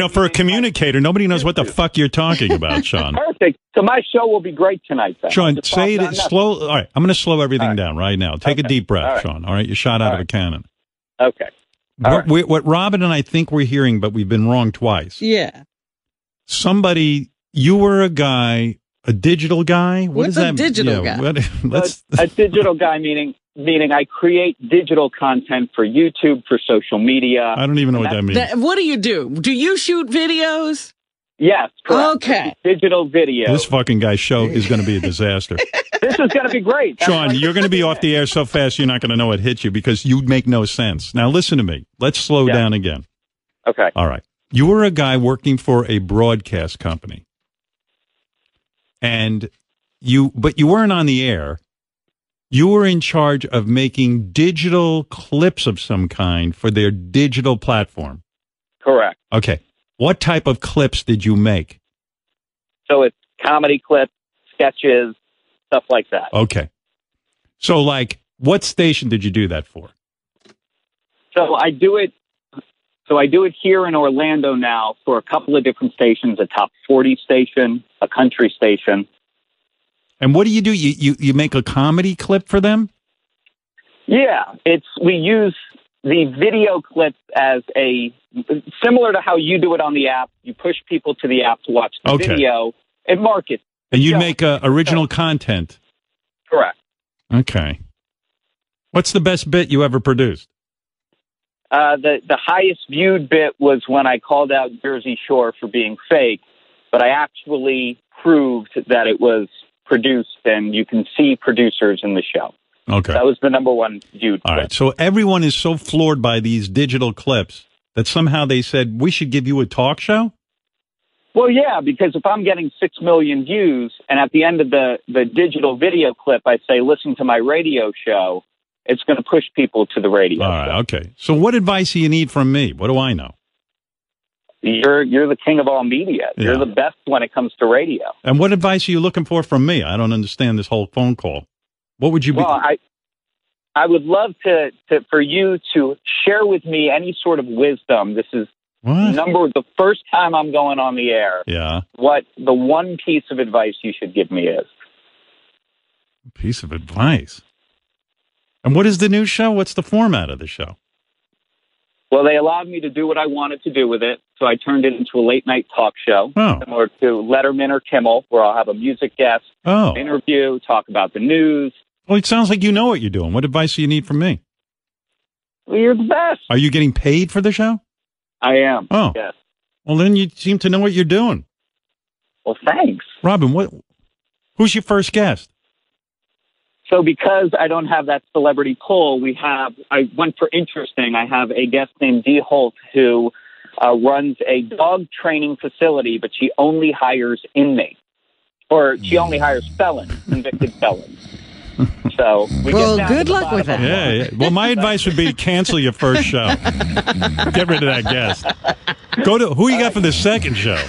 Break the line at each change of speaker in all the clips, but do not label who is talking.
know, for a communicator, nobody knows what the fuck you're talking about, Sean.
Perfect. So my show will be great tonight. Then.
Sean,
Just
say
calm down
it
now.
slow. All right, I'm going to slow everything down right now. Take a
Okay.
deep breath,
All right.
Sean. All right, you shot
All
out of a
right.
cannon.
Okay. All
What,
right.
we, what Robin and I think we're hearing, but we've been wrong twice.
Yeah.
Somebody, you were a guy, a digital guy. What
What's
is
a
that?
digital guy?
what- let's.
a, a digital guy meaning meaning I create digital content for YouTube, for social media.
I don't even know what that means.
That, what do you do? Do you shoot videos?
yes, correct.
Okay.
Digital video.
This
This,
fucking guy's show is going to be a disaster.
is going to be great. That's
Sean,
like-
you're going to be off the air so fast you're not going to know what hit you because you make no sense. Now listen to me. Let's slow
Yeah.
down again.
Okay.
All right. You were a guy working for a broadcast company. And you but you weren't on the air. You were in charge of making digital clips of some kind for their digital platform.
Correct.
Okay. What type of clips did you make?
So it's comedy clips, sketches, stuff like that.
Okay. So like what station did you do that for?
So I do it. So I do it here in Orlando now for a couple of different stations: a top forty station, a country station.
And what do you do? You you, you make a comedy clip for them?
Yeah, it's we use the video clip as a similar to how you do it on the app. You push people to the app to watch the
Okay.
video and market.
And you'd
Yeah.
make uh, original content.
Correct.
Okay. What's the best bit you ever produced?
Uh, the the highest viewed bit was when I called out Jersey Shore for being fake, but I actually proved that it was produced, and you can see producers in the show.
Okay.
That was the number one viewed.
All
clip.
right. So everyone is so floored by these digital clips that somehow they said we should give you a talk show.
Well, yeah, because if I'm getting six million views, and at the end of the the digital video clip, I say, "Listen to my radio show," it's going to push people to the radio.
All right. Okay. So what advice do you need from me? What do I know?
You're you're the king of all media.
Yeah.
You're the best when it comes to radio.
And what advice are you looking for from me? I don't understand this whole phone call. What would you be?
Well, I I would love to, to for you to share with me any sort of wisdom. This is
what?
number the first time I'm going on the air.
Yeah.
What the one piece of advice you should give me is.
Piece of advice. And what is the new show? What's the format of the show?
Well, they allowed me to do what I wanted to do with it, so I turned it into a late night talk show,
Oh.
similar to Letterman or Kimmel, where I'll have a music guest,
Oh.
interview, talk about the news.
Well, it sounds like you know what you're doing. What advice do you need from me?
Well, you're the best.
Are you getting paid for the show?
I am.
Oh.
Yes.
Well, then you seem to know what you're doing.
Well, thanks.
Robin, what? Who's your first guest?
So because I don't have that celebrity pull, we have I went for interesting. I have a guest named Dee Holt who uh, runs a dog training facility, but she only hires inmates, or she only hires felons, convicted felons. So we get
Well,
down to
good
the
luck
bottom
with
of
that.
Yeah, yeah. Well, my advice would be cancel your first show. Get rid of that guest. Go to who you got for the second show?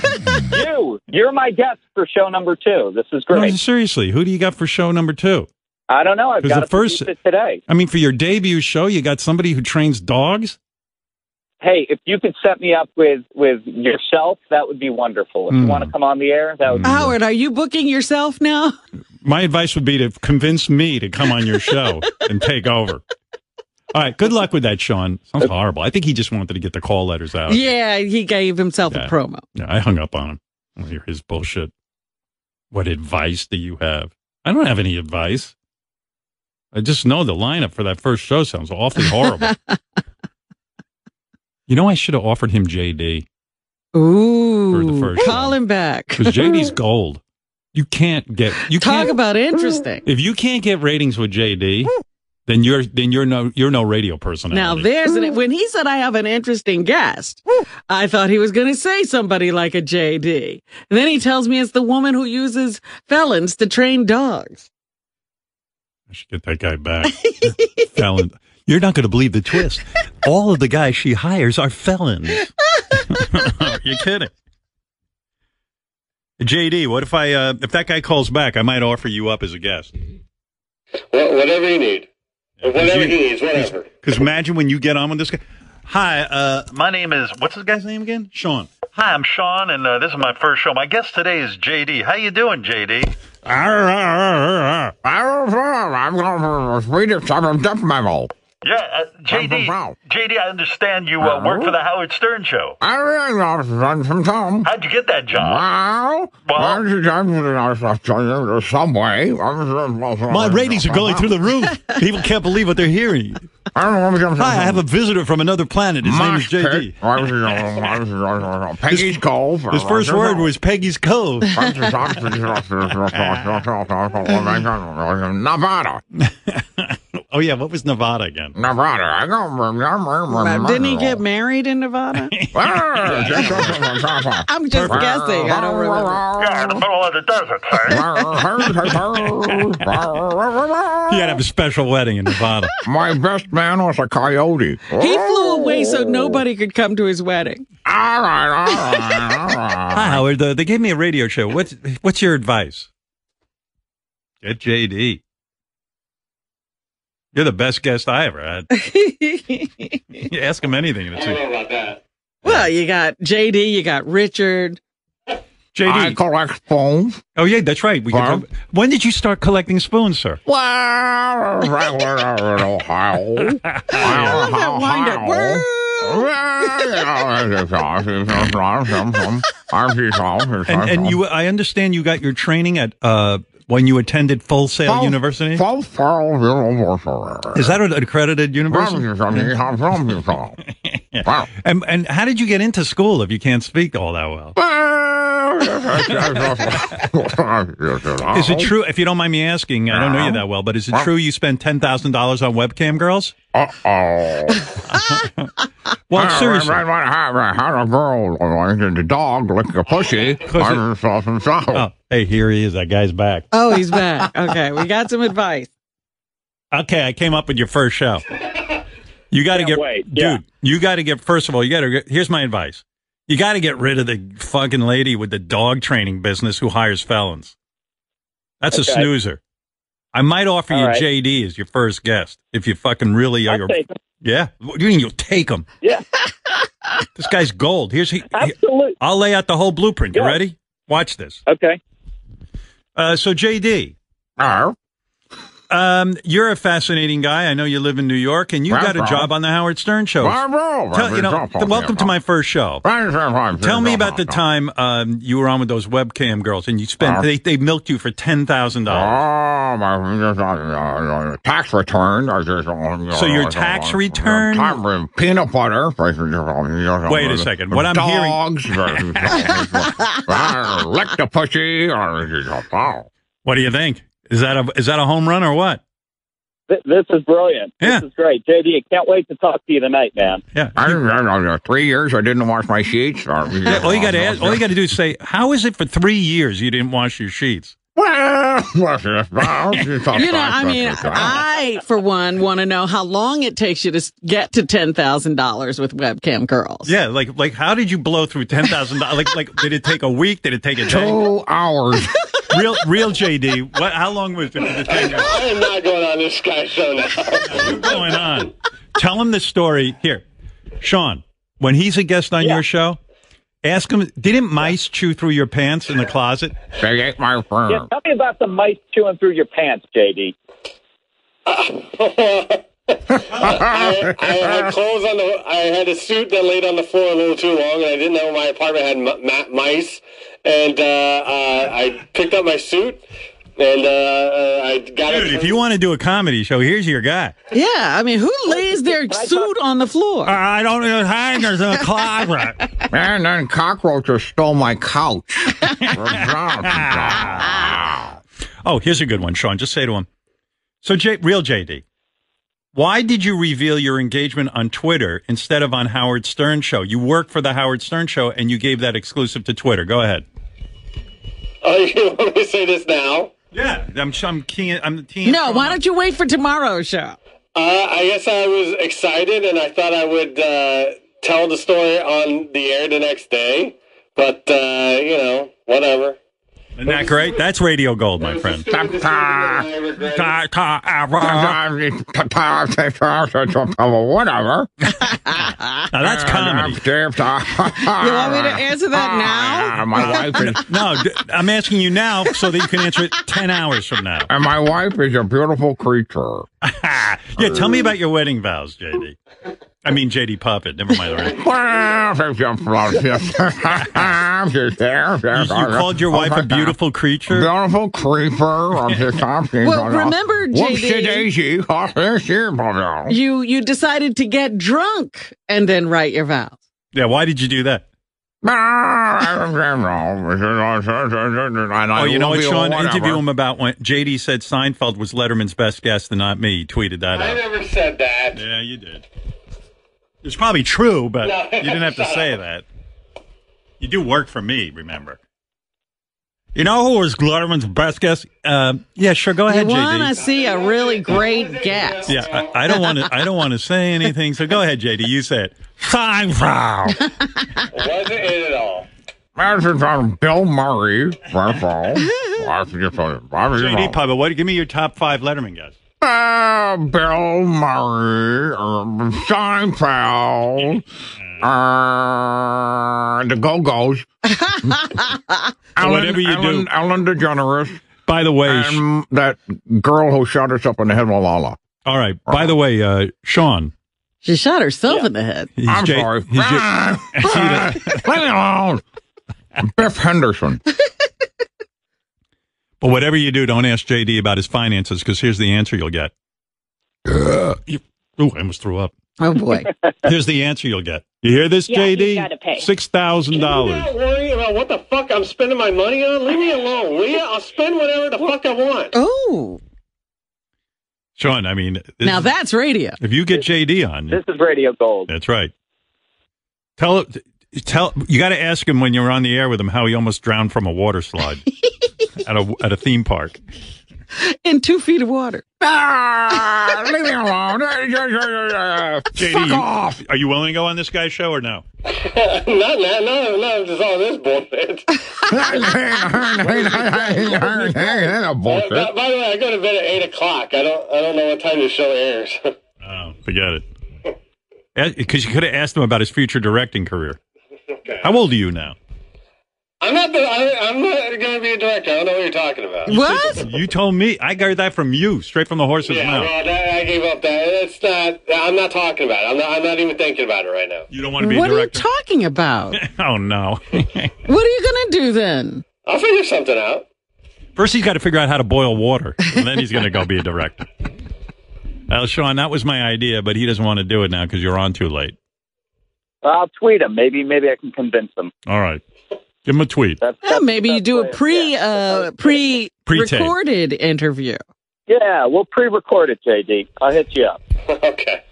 You, you're my guest for show number two. This is
No,
great.
seriously, who do you got for show number two?
I don't know. I've
'Cause
got to
the first-
first... it today.
I mean, for your debut show, you got somebody who trains dogs.
Hey, if you could set me up with with yourself, that would be wonderful. If
Mm.
you want to come on the air, that would be
Howard, are you booking yourself now?
My advice would be to convince me to come on your show and take over. All right, good luck with that, Sean. Sounds horrible. I think he just wanted to get the call letters out.
Yeah, he gave himself
Yeah.
a promo.
Yeah, I hung up on him. I wanna hear his bullshit. What advice do you have? I don't have any advice. I just know the lineup for that first show sounds awfully horrible. you know, I should have offered him JD
Ooh,
first
call
one.
him back.
because JD's gold. You can't get you
Talk
can't
about interesting.
if you can't get ratings with JD, then you're then you're no you're no radio personality.
Now there's an, when he said I have an interesting guest, I thought he was going to say somebody like a JD. And then he tells me it's the woman who uses felons to train dogs.
I should get that guy back. Felon. You're not going to believe the twist. All of the guys she hires are felons. are you kidding? JD, what if I uh, if that guy calls back, I might offer you up as a guest.
Wha- whatever you need. whatever
you-
he needs, whatever.
Because imagine when you get on with this guy. Hi, uh, my name is what's this guy's name again? Sean.
Hi, I'm Sean, and uh, this is my first show. My guest today is JD. How you doing, JD?
I'm going to read it from death metal.
Yeah, uh, JD.
Wow.
JD, I understand you uh, work for
Oh.
the Howard Stern show.
I really love run from Tom.
How'd you get that job?
Wow.
Wow.
Some way. My
My ratings are going through the roof. People can't believe what they're hearing.
I don't know what comes
Hi, I have a visitor from another planet. His name is JD.
JD. Peggy's Cove.
His first word was Peggy's Cove.
Nevada.
Oh yeah, what was Nevada again?
Nevada. I go.
Didn't he get married in Nevada?
I'm
I'm just guessing. I don't remember.
Yeah, in the middle of the desert, sir.
He had to have a special wedding in Nevada.
My best man was a coyote.
He flew away so nobody could come to his wedding.
All right, all right, all right.
Hi Howard, uh, they gave me a radio show. What's what's your advice? Get JD. You're the best guest I ever had. You ask him anything. and
I
it's
don't
like,
know about that.
well, you got JD, you got Richard.
JD.
I collect phones.
oh yeah, that's right. We could
Farm?
talk- when did you start collecting spoons, sir?
Wow, right, right, right, Ohio.
I love that wind up.
Ohio.
And, and you, I understand you got your training at uh, when you attended Full Sail University. Is that an accredited university? And and how did you get into school if you can't speak all that well? Is it true? If you don't mind me asking, I don't know you that well, but is it true you spent ten thousand dollars on webcam girls?
Uh oh.
Well, seriously,
I, had a girl, like, the dog lick a pussy. I'm from South.
Oh, hey, here he is. That guy's back.
Oh, he's back. Okay, we got some advice.
Okay, I came up with your first show. You got to
Can't
get,
wait,
dude.
yeah.
You got to get. First of all, you got to. get Here's my advice. You got to get rid of the fucking lady with the dog training business who hires felons. That's
Okay.
a snoozer. I might offer
All
you
right.
JD as your first guest if you fucking really are.
I'll
Your,
take it.
yeah, what do you mean you'll take him?
Yeah.
This guy's gold. Here's he. he-
Absolutely.
I'll lay out the whole blueprint. You
Yeah.
ready? Watch this.
Okay.
Uh, so JD,
Oh,
Um, you're a fascinating guy. I know you live in New York, and you
Wow,
got a
wow.
job on the Howard Stern show. Tell, you know, th- welcome to my first show. Tell me about the time um, you were on with those webcam girls, and you spent
Wow.
they, they milked you for ten thousand dollars.
Oh, my Oh. tax return. So
So your tax return-
peanut butter.
Wait a second, what I'm hearing-
Dogs. Lick the pussy.
What do you think? Is that a is that a home run or what?
Th- this is brilliant.
Yeah.
This is great. JD, I can't wait to talk to you tonight, man.
Yeah.
I don't know. Three years I didn't wash my sheets. All
Yeah, all you
Oh,
got to ask, all you got to do is say, "How is it for three years you didn't wash your sheets?" Oh,
You know, I mean, I, for one, want to know how long it takes you to s- get to $10,000 with webcam girls.
Yeah, like like how did you blow through ten thousand dollars? Like like did it take a week? Did it take a day?
two hours.
Real real JD, what? How long was it? Did it take a-
I am not going on this guy's show now.
What's going on? Tell him the story. Here, Sean, when he's a guest on your show, ask him, didn't mice chew through your pants in the closet?
They ate my firm.
Yeah, tell me about the mice chewing through your pants, JD.
I, I had clothes on the. I had a suit that laid on the floor a little too long, and I didn't know my apartment had m- m- mice. And uh, uh, I picked up my suit, and uh, uh, I got
Dude, if you want to do a comedy show, here's your guy.
Yeah, I mean, who lays their suit on the floor?
I don't know. Hangers in the closet.
And then cockroaches stole my couch.
Oh, here's a good one, Sean. Just say to him. So, J- real JD, why did you reveal your engagement on Twitter instead of on Howard Stern show? You work for the Howard Stern show, and you gave that exclusive to Twitter. Go ahead.
Oh, you want me to say this now?
Yeah, I'm. I'm keying. I'm keying
No,
Sean
why
up.
don't you wait for tomorrow's show?
Uh, I guess I was excited, and I thought I would uh, tell the story on the air the next day. But uh, you know, whatever.
Isn't that great? That's radio gold, my friend.
Stupid decision that I regretted.
Ta- ta- ah, rah.
Whatever.
Now that's comedy.
You want me to answer that now?
Ah, My wife is
No, d- I'm asking you now so that you can answer it 10 hours from now.
and my wife is a beautiful creature.
Ah, yeah, tell me about your wedding vows, JD. I mean, JD Puppet. Never mind. all right. You, you
called
called your wife a beautiful creature?
Beautiful creeper. I'm just talking
Well, remember, JD.
Daisy. Oh, here she is, brother.
You you decided to get drunk and then write your vows.
Yeah, why did you do that?
Oh,
Oh, you know what, Sean? Interview him about when JD said Seinfeld was Letterman's best guest and not me. He tweeted that
I
out.
never said that.
Yeah, you did. It's probably true, but
No.
you didn't have to say that. You do work for me, remember? You know who was Letterman's best guest? Um, yeah, sure. Go
You
ahead,
want to
JD.
see a really great guest.
Yeah, I, I don't want to. I don't want to say anything. So go ahead, JD. You say it. Seinfeld.
Wasn't it at all.
Madison from Bill Murray. First of all, wife is just a- wife is just
JD
a-
Papa, what? Give me your top five Letterman guests.
Uh, Bill Murray, um, Seinfeld, uh, the Go Go's.
Whatever you
Ellen,
do.
Ellen DeGeneres,
By the way, Sh-
and that girl who shot herself in the head with Lala.
all right. By the way, uh, Sean.
She shot herself in the head.
He's
I'm
J-
sorry.
he's J-
Leave me alone. Biff Henderson.
But whatever you do, don't ask JD about his finances because here's the answer you'll get. You- Ooh, I almost threw up.
Oh boy.
Here's the answer you'll get. You hear this,
Yeah, he's gotta
JD?
pay.
Six thousand
I'm
dollars.
not worrying about what the fuck I'm spending my money on. Leave me alone, will ya? I'll spend whatever the fuck I want.
Oh,
Sean, I mean, this
now
is-
that's radio.
if you get JD on,
This is Radio Gold.
that's right. Tell tell you got to ask him when you're on the air with him how he almost drowned from a water slide at a at a theme park.
In two feet of water.
Ah, leave me alone.
JD,
Fuck
you-
off.
are you willing to go on this guy's show or no?
Not, not, no, no, just all this bullshit.
That's
Uh,
bullshit.
by, by the way, I go to bed at eight o'clock. I don't, I don't know what time the show airs.
Oh, forget it. Because you could have asked him about his future directing career. How old are you now?
I'm not, the, I, I'm not going to be a director. I don't know what you're talking about.
What?
You told me. I got that from you, straight from the horse's
Yeah,
mouth.
no, that, I gave up. That it's not. I'm not talking about it. I'm not. I'm not even thinking about it right now.
You don't want to be
What
a
are you
director.
talking about?
oh no!
What are you going to do then?
I'll figure something out.
First, he's got to figure out how to boil water, and then he's going to go be a director. Well, Sean, that was my idea, but he doesn't want to do it now because you're on too late.
I'll tweet him. Maybe maybe I can convince him.
All right, give him a tweet.
That's,
Yeah, maybe you do a
that's-
pre
yeah.
uh pre
Pre-tape.
recorded interview.
Yeah, we'll pre-record it, JD. I'll hit you up.
okay.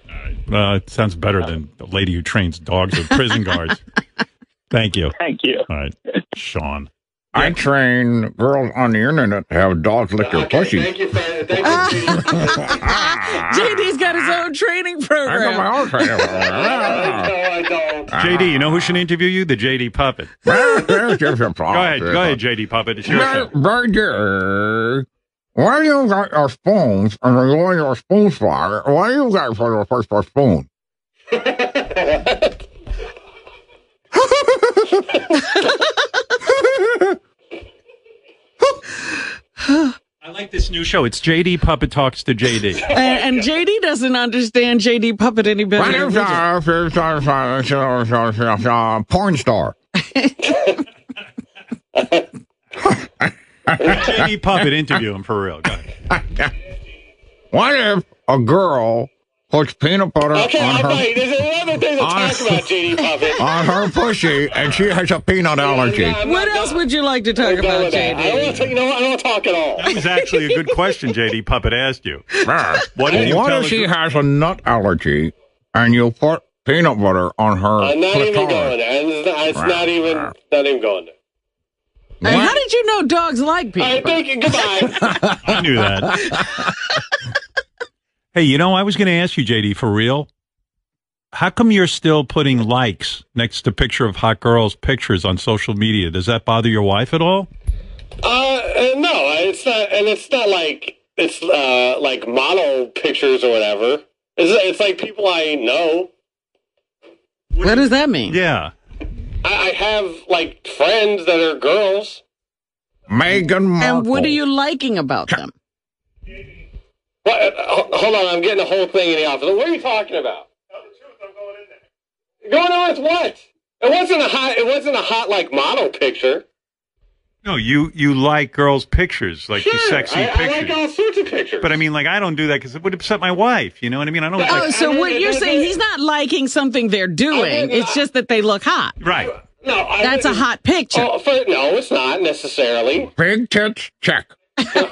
Uh, it sounds better than the lady who trains dogs with prison guards. Thank you.
Thank you.
All right, Sean.
I train girls on the internet to have dogs lick their
okay
pussy.
thank you, for, thank you.
JD's Ah. got his own training
I got
program.
my own train. Ah,
no, I don't.
JD, you know who should interview you? The JD Puppet.
there's just a problem.
Go ahead, go ahead, JD Puppet. It's your show.
Roger, why you got your spoons and you're going your spoon fire? Why you got for your first for spoon?
I like this new show. It's JD Puppet talks to JD.
And, and JD doesn't understand JD Puppet any better.
Why you
than we do.
got your first- first- first- first- first- uh, Porn star.
JD Puppet interview him for real. Go ahead.
What if a girl puts peanut butter
Okay,
on
all
her
right. There's a lot of things to
On-
talk about, JD Puppet.
on her pussy and she has a peanut allergy?
I'm
What
not
else
done-
would you like to talk
I'm done
about,
with that.
JD?
I don't want to. You know what? I don't want to talk at all.
That was actually a good question JD Puppet asked you. What if you
what
tell
if
a
she
gr-
has a nut allergy and you put peanut butter on her
I'm not even going
clitoris?
there. It's not, it's not even. Not even going there.
And how did you know dogs like
All
people?
right. Thank you. Goodbye.
I knew that. hey, you know, I was going to ask you, JD, for real. How come you're still putting likes next to picture of hot girls' pictures on social media? Does that bother your wife at all?
Uh, uh, no, it's not, and it's not like it's uh, like model pictures or whatever. It's, it's like people I know.
What does that mean?
Yeah.
I, I have like friends that are girls.
Megan Markle.
And what are you liking about them?
What, uh, h- hold on, I'm getting the whole thing in the office. What are you talking about? Tell the truth, I'm going in there. Going on with what? It wasn't a hot. It wasn't a hot like model picture.
No, you you like girls' pictures, like
Sure,
these sexy
I, I
pictures.
like all sorts of pictures.
but I mean, like I don't do that because it would upset my wife. You know what I mean? I don't
Oh,
like.
so what you're saying, he's not liking something they're doing. It's just that they look hot.
Right.
no, I
That's a
wouldn't-
hot picture.
Oh, for, no, it's not necessarily.
Big tits, check.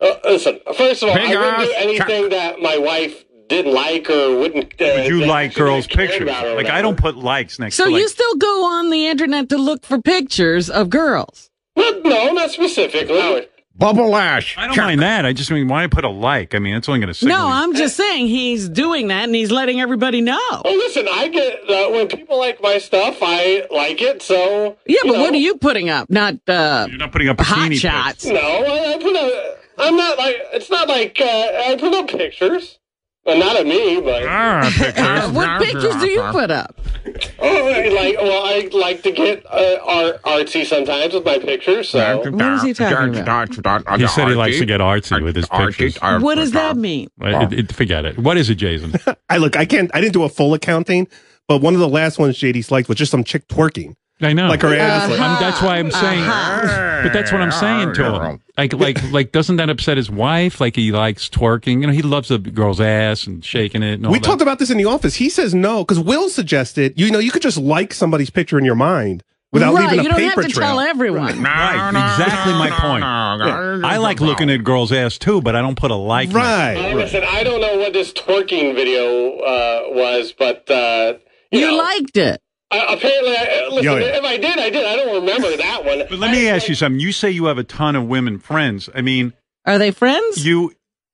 Uh, listen, first of all,
Big
I wouldn't do
ass
anything that my wife didn't like or wouldn't. Uh,
Would you
that
like
she didn't
girls'
care
pictures?
about or
Like I
whatever.
don't put likes next
So
to like.
you still go on the internet to look for pictures of girls.
Not, no, not specifically.
Bubble ash.
I don't
check.
mind that. I just mean why put a like? I mean, it's only going to signal.
No,
you-
I'm just saying he's doing that and he's letting everybody know.
Oh, listen, I get uh, when people like my stuff, I like it. So
Yeah,
you
but what
know.
are you putting up? Not uh,
You're not putting up bikini
hot
pics.
shots.
No, I, I put up. I'm not like. It's not like uh, I put up pictures. Well, not of me, but
Ah,
Uh,
pictures.
what pictures do you
ah,
put up?
oh, I like. Well, I like to get uh, art, artsy sometimes with my pictures. So
What is he talking
about?
He said he likes to get artsy with his pictures.
What does that mean?
It- it- forget it. What is it, Jason?
I look, I can't, I didn't do a full accounting, but one of the last ones JD's liked was just some chick twerking.
I know.
Like her ass.
Uh-huh.
Like,
I'm, that's why I'm saying. But that's what I'm saying to him. Like, like, like, doesn't that upset his wife? Like, he likes twerking. You know, he loves a girl's ass and shaking it. And all
we
that.
talked about this in the office. He says no because Will suggested, you know, you could just like somebody's picture in your mind without
right,
leaving a
you don't
paper
have to
trail.
tell everyone.
Right, exactly my point. I like looking at girls' ass too, but I don't put a like. next-
Right.
Uh, listen, I don't know what this twerking video uh, was, but uh, you,
You
know,
liked it.
I, apparently, I, listen,
Yo, yeah.
if I did, I did. I don't remember that one.
But let me ask you something. You say you have a ton of women friends. I mean,
Are they friends?
you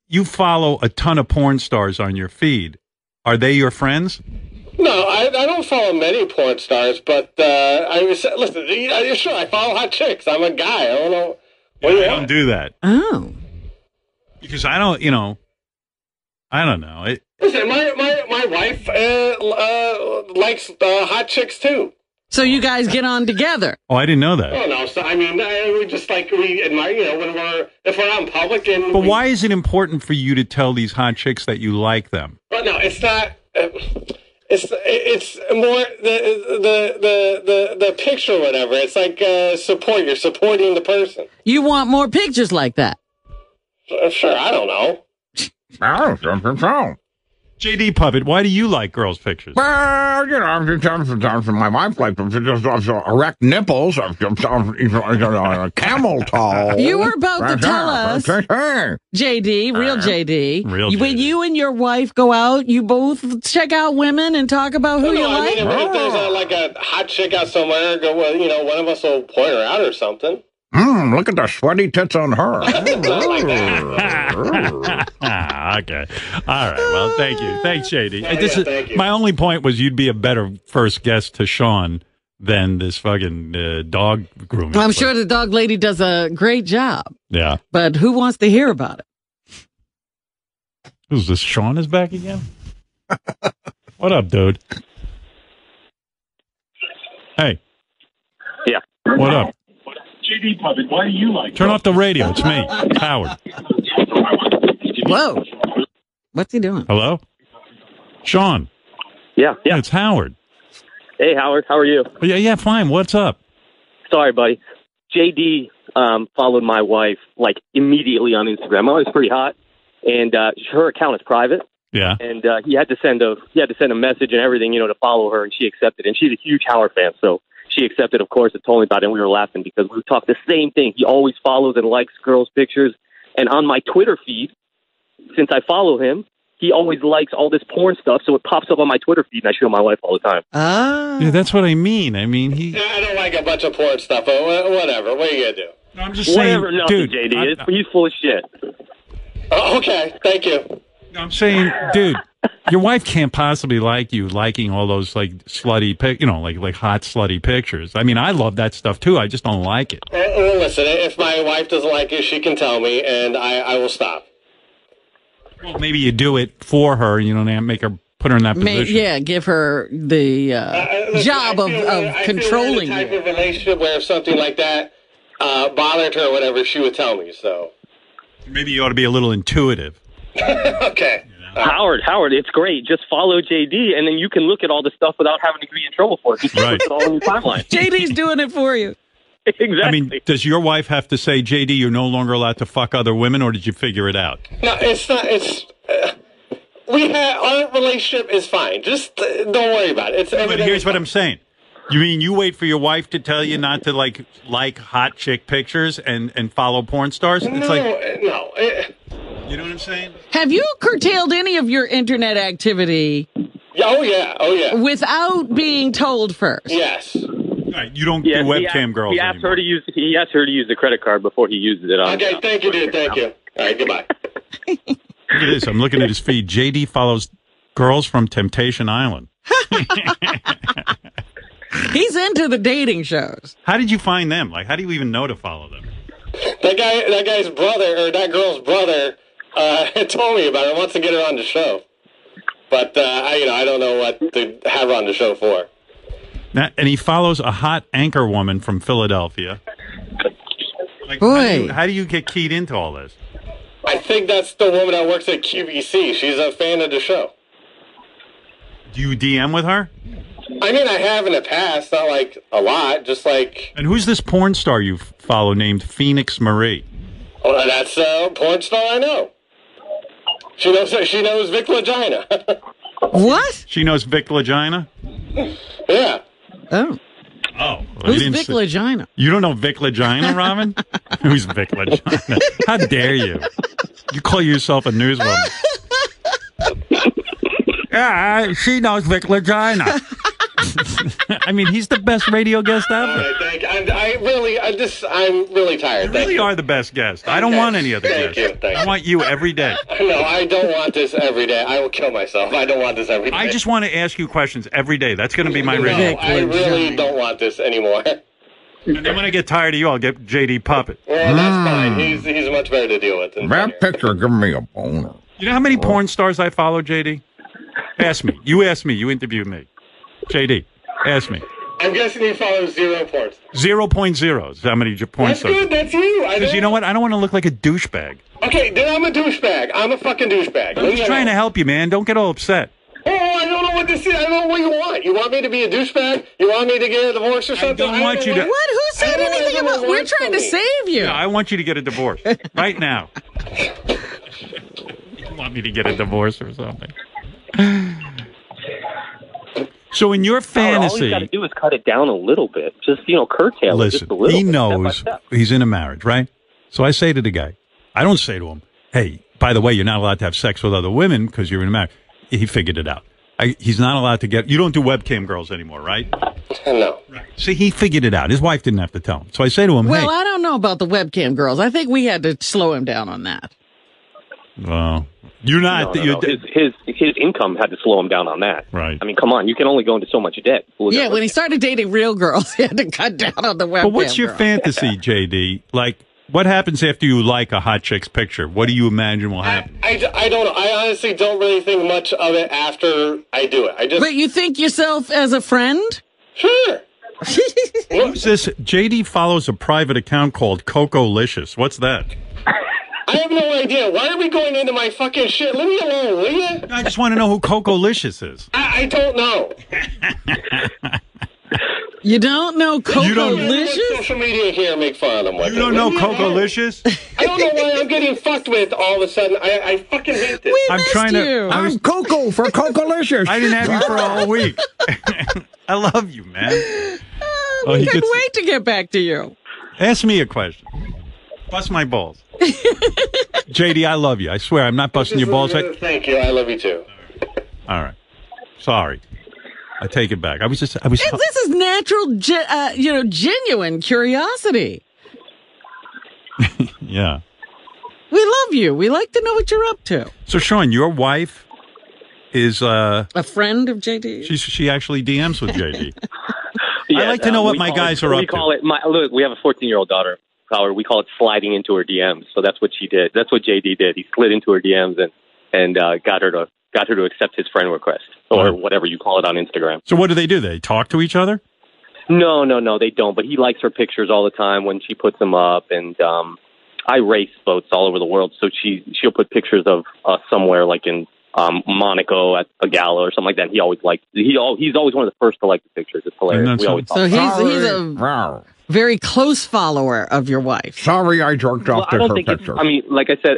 you follow a ton of porn stars on your feed. Are they your friends?
No, I, I don't follow many porn stars, but uh, I was listen. I, sure, I follow hot chicks. I'm a guy. I don't know. What do you
I don't
want?
do that
Oh,
because I don't. You know, I don't know. It,
Listen, my my my wife uh, uh, likes uh, hot chicks too.
so you guys get on together?
oh, I didn't know
Oh
that.
no, so I mean, I, we just like we admire. You know, when we're if we're out in public and
But
we-
why is it important for you to tell these hot chicks that you like them?
But no, it's not. uh, It's it's more the the the the, the picture, or whatever. It's like uh, support. You're supporting the person.
You want more pictures like that?
Uh, Sure, I don't know.
Oh,
JD Puppet, why do you like girls' pictures?
Well, you know, sometimes my wife likes them. She just loves uh, erect nipples. I've just, uh, you know, uh, camel toe.
You were about to tell us,
Hey,
JD, real JD.
Uh, Real
When
JD.
you and your wife go out, you both check out women and talk about who
No,
you
I
like.
mean, if, if there's a, like a hot chick out somewhere, go well, you know, one of us will point her out or something.
Mm, look at the sweaty tits on her.
ah, okay. All right. Well, thank you. Thanks, JD.
Yeah,
This
Oh, yeah,
is-
thank you.
My only point was you'd be a better first guest to Sean than this fucking uh, dog grooming.
I'm sure the dog lady does a great job,
Yeah.
but who wants to hear about it?
Who's this? Sean is back again? what up, dude? Hey.
Yeah.
What up? JD Puppet, why do you like Turn off the radio. It's me, Howard.
Whoa. What's he doing?
Hello? Sean.
Yeah,
Yeah, it's Howard.
Hey, Howard, how are you?
Oh, Yeah, yeah, fine. What's up?
Sorry, buddy. JD um, followed my wife like immediately on Instagram. I was pretty hot, and uh, her account is private.
Yeah.
And uh, he had to send a he had to send a message and everything, you know, to follow her, and she accepted. And she's a huge Howard fan, so she accepted, of course, and told me about it. And we were laughing because we talked the same thing. He always follows and likes girls' pictures, and on my Twitter feed, since I follow him, he always likes all this porn stuff, so it pops up on my Twitter feed, and I show my wife all the time.
Ah.
Yeah, that's what I mean. I mean, he.
Yeah, I don't like a bunch of porn stuff, but wha- whatever. What are you gonna do?
I'm just
Whatever,
saying,
nothing,
dude.
JD.
I-
It's- he's full of shit.
Oh, okay, thank you.
I'm saying, dude, Your wife can't possibly like you liking all those like slutty, pic, you know, like like hot slutty pictures. I mean, I love that stuff too. I just don't like it.
Uh, well, listen, if my wife doesn't like it, she can tell me, and I, I will stop.
Well, maybe you do it for her. You know, and make her put her in that
May,
position.
yeah, give her the uh,
Listen,
job
I
of,
feel we're-
of
I feel we're
controlling
in the type
you.
of relationship where if something like that uh, bothered her or whatever, she would tell me. So,
Maybe you ought to be a little intuitive.
okay.
Howard, Howard, it's great. Just follow JD, and then you can look at all the stuff without having to be in trouble for it. Just
Right.
put it all in your timeline.
JD's doing it for you.
exactly.
I mean, does your wife have to say, JD, you're no longer allowed to fuck other women, or did you figure it out?
No, it's not. It's uh, we have our relationship is fine. Just uh, don't worry about it. It's
But here's what I'm saying. You mean you wait for your wife to tell you not to like like hot chick pictures and and follow porn stars?
No,
It's like
uh, no. uh,
you know what I'm saying?
Have you curtailed any of your internet activity
yeah, oh yeah. Oh yeah.
without being told first?
Yes.
Right, you don't
Yeah,
do
he
webcam
asked-
girls
He asked
anymore.
her to use. He asked her to use the credit card before he uses it on.
Okay.
uh,
Thank you, dude. Thank you. All right. Goodbye.
Look at this. I'm looking at his feed. JD follows girls from Temptation Island.
He's into the dating shows.
How did you find them? Like, how do you even know to follow them?
That guy. That guy's brother or that girl's brother uh, told me about it. Wants to get her on the show, but uh, I, you know, I don't know what to have her on the show for.
Now, and he follows a hot anchor woman from Philadelphia. Like, how do,
Boy.
you, how do you get keyed into all this?
I think that's the woman that works at QVC. She's a fan of the show.
Do you DM with her?
I mean, I have in the past, not like a lot, just like
And who's this porn star you f- follow named Phoenix Marie?
oh, that's a porn star I know. She knows she knows Vic Regina.
What?
She knows Vic Legina.
yeah,
Oh,
Oh,
who's Vic Legina?
You don't know Vic Legina, Robin? Who's Vic Legina? How dare you? You call yourself a newswoman. yeah, she knows Vic Legina. I mean, he's the best radio guest
all
ever.
right, thank. I, I really, I just, I'm really tired.
You
thank
really
you.
are the best guest. I don't want any other
Thank you,
guest.
thank
I
you.
want you every day.
No, I don't want this every day. I will kill myself. I don't want this every day.
I just want to ask you questions every day. That's going to be my
no,
radio.
I really don't want this anymore. Well,
And then when I get tired of you, I'll get JD Puppet.
that's fine.
Hmm.
He's he's much better to deal with. than
That
Tanya.
picture giving me a Oh. boner.
You know how many porn stars I follow, JD? Ask me. You ask me. You interview me. JD, ask me.
I'm guessing he follows zero porn. stars.
0.0 is how many j- porn
That's
stars.
good. That's you. I
Because you know what? I don't want to look like a douchebag.
Okay, then I'm a douchebag. I'm a fucking douchebag.
I'm just trying to help you, man. Don't get all upset.
Oh, I don't know what this is. I don't know what you want. You want me to be a douchebag? You want me to get a divorce or something?
don't want you
know
to-
What? Who said
I don't
anything
even
about?
know
We're
what's
trying to
funny.
save you.
I want you to get a divorce right now. you want me to get a divorce or something? So in your
Howard, all he's
fantasy,
got to do is cut it down a little bit. Just you know, curtail it
Listen,
just a little.
he
bit, step by
knows
step.
he's in a marriage, right? So I say to the guy, I don't say to him, hey, by the way, you're not allowed to have sex with other women because you're in a marriage. He figured it out. I, he's not allowed to get, you don't do webcam girls anymore, right?
No.
See, he figured it out. His wife didn't have to tell him. So I say to him,
well,
Um, hey,
I don't know about the webcam girls. I think we had to slow him down on that.
well, you're
No,
not,
no,
you're,
no. His, his his income had to slow him down on that.
Right.
I mean, come on, you can only go into so much debt. Well,
yeah,
that-
when he started dating real girls, he had to cut down on the webcam.
but what's your
girls.
fantasy, JD? Like, what happens after you like a hot chick's picture? What do you imagine will
I,
happen?
I, I don't I honestly don't really think much of it after I do it. I just
But you think yourself as a friend?
sure.
What's this? JD follows a private account called Coco Licious. What's that?
I have no idea. Why are we going into my fucking shit? Leave me alone, will you?
I just want to know who Coco Licious is.
I, I don't know.
You don't know Coco
You don't-
Everyone on
Licious?
Social media here make fun of them.
You don't know Coco Licious?
I don't know why I'm getting fucked with all of a sudden. I, I fucking hate this.
We
I'm
missed
trying to-
you.
I was-
I'm Coco for Cocolicious.
I didn't have you for a whole week. I love you, man. Oh,
we
he
couldn't
gets-
wait to get back to you.
Ask me a question. Bust my balls. JD, I love you. I swear, I'm not busting your balls. I-
Thank you. I love you too.
All right. Sorry. I take it back. I was just, I was,
And This is natural, ge- uh, you know, genuine curiosity.
yeah.
We love you. We like to know what you're up to.
So, Sean, your wife is uh,
A friend of JD?
she she actually DMs with JD.
Yeah,
I like to know what
um, we
my
call
guys
it,
are
we
up
call It my, look, we have a 14 year old daughter, Howard. We call it sliding into her DMs. So that's what she did. That's what JD did. He slid into her DMs and and uh, got her to got her to accept his friend request or
Wow.
whatever you call it on Instagram.
so what do they do? They talk to each other.
No, no, no, they don't. But he likes her pictures all the time when she puts them up. And um, I race boats all over the world, so she she'll put pictures of us somewhere like in. Um, Monaco at a gala or something like that. He always liked. He al- he's always one of the first to like the pictures. It's
Isn't
hilarious.
that
We always
So
Oh,
talk
he's he's a
Wow.
very close follower of your wife.
Sorry I jerked
Well,
off to her
it's-
picture.
I mean, like I said,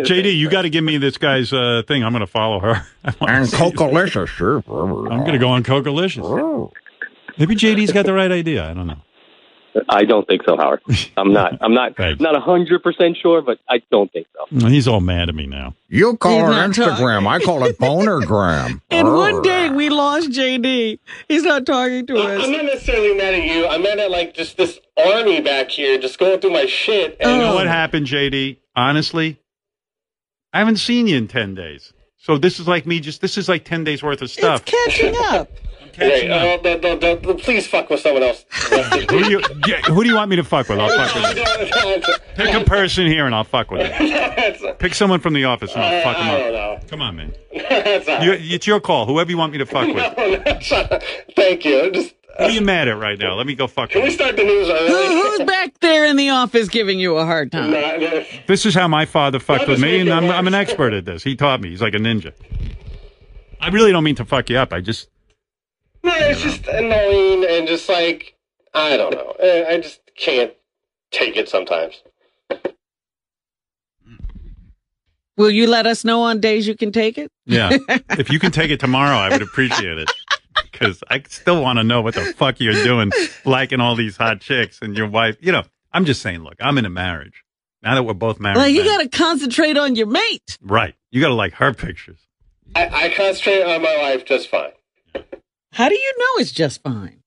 JD, you got to give me this guy's uh, thing. I'm going to follow her. I wanna
and
see-
Cocolicious. sure.
I'm going to go on Cocolicious.
Oh.
Maybe JD's got the right idea. I don't know.
I don't think so, Howard. I'm not. I'm not.
Thanks.
not a hundred percent sure, but I don't think so.
He's all mad at me now.
You call
He's
her
not
Instagram. I call it Bonergram.
In one
Brr.
day, we lost JD. He's not talking to
I- I'm
us.
not necessarily mad at you. I'm mad at like just this army back here, just going through my shit. And um,
You know what happened, JD? Honestly, I haven't seen you in 10 days. So this is like me just, this is like 10 days worth of stuff.
It's catching up.
Hey, uh, don't- don't- don't- don't- please fuck with someone else.
who, do you, yeah, who do you want me to fuck with? I'll fuck with you. Pick a person here and I'll fuck with it. Pick someone from the office and I'll fuck
I
them
don't
up.
know.
Come on, man.
That's all
You,
right.
it's your call. Whoever you want me to fuck with.
Thank you. Just
Who are you mad at right now? Let me go fuck
can we
with you.
start the news
Who,
early?
who's back there in the office giving you a hard time?
Nah, nah.
This is how my father fucked with
just
me,
make
and
it
I'm, I'm an
worse.
expert at this. He taught me. He's like a ninja. I really don't mean to fuck you up. I just,
No, it's just annoying and just like I don't know. Eh, I just can't take it sometimes.
Will you let us know on days you can take it?
yeah. if you can take it tomorrow, I would appreciate it. Because I still want to know what the fuck you're doing, liking all these hot chicks and your wife. You know, I'm just saying, look, I'm in a marriage. Now that we're both married.
Like you
men-
got to concentrate on your mate.
Right. You got to like her pictures.
I, I concentrate on my wife just fine.
How do you know it's just fine?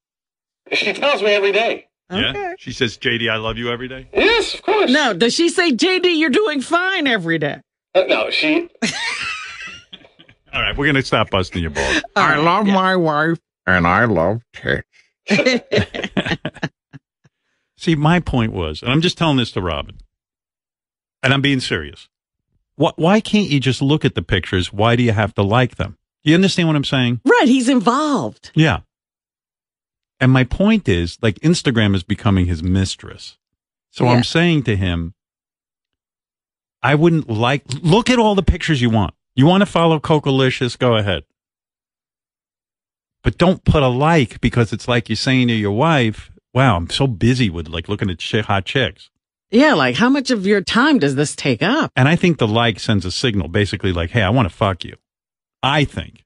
She tells me every day.
Yeah. She says, JD, I love you every day.
Yes, of course.
No, does she say, JD, you're doing fine every day?
Uh, no, she.
All right. We're going to stop busting your balls.
Oh,
I love my wife and I love tits.
See, my point was, and I'm just telling this to Robin, and I'm being serious. Why, why can't you just look at the pictures? Why do you have to like them? Do you understand what I'm saying?
Right, he's involved.
Yeah. And my point is, like, Instagram is becoming his mistress. So
Yeah.
I'm saying to him, I wouldn't like, look at all the pictures you want. You want to follow Cocolicious? Go ahead. But don't put a like because it's like you're saying to your wife, wow, I'm so busy with like looking at chi- hot chicks.
Yeah, like how much of your time does this take up?
And I think the like sends a signal basically like, hey, I want to fuck you. I think.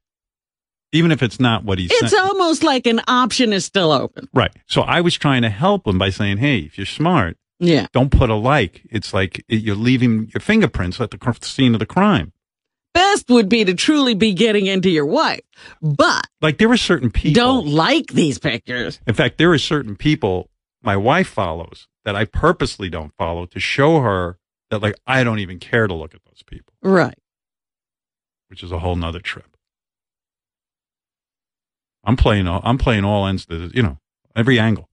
Even if it's not what he's
It's
saying.
almost like an option is still open.
Right. So I was trying to help him by saying, hey, if you're smart,
Yeah.
don't put a like. It's like it, you're leaving your fingerprints at the cr- scene of the crime.
Best would be to truly be getting into your wife, but
Like there are certain people.
don't like these pictures.
In fact, there are certain people my wife follows that I purposely don't follow to show her that like I don't even care to look at those people,
Right.
which is a whole nother trip. I'm playing. all I'm playing all ends. To, the- you know, every angle.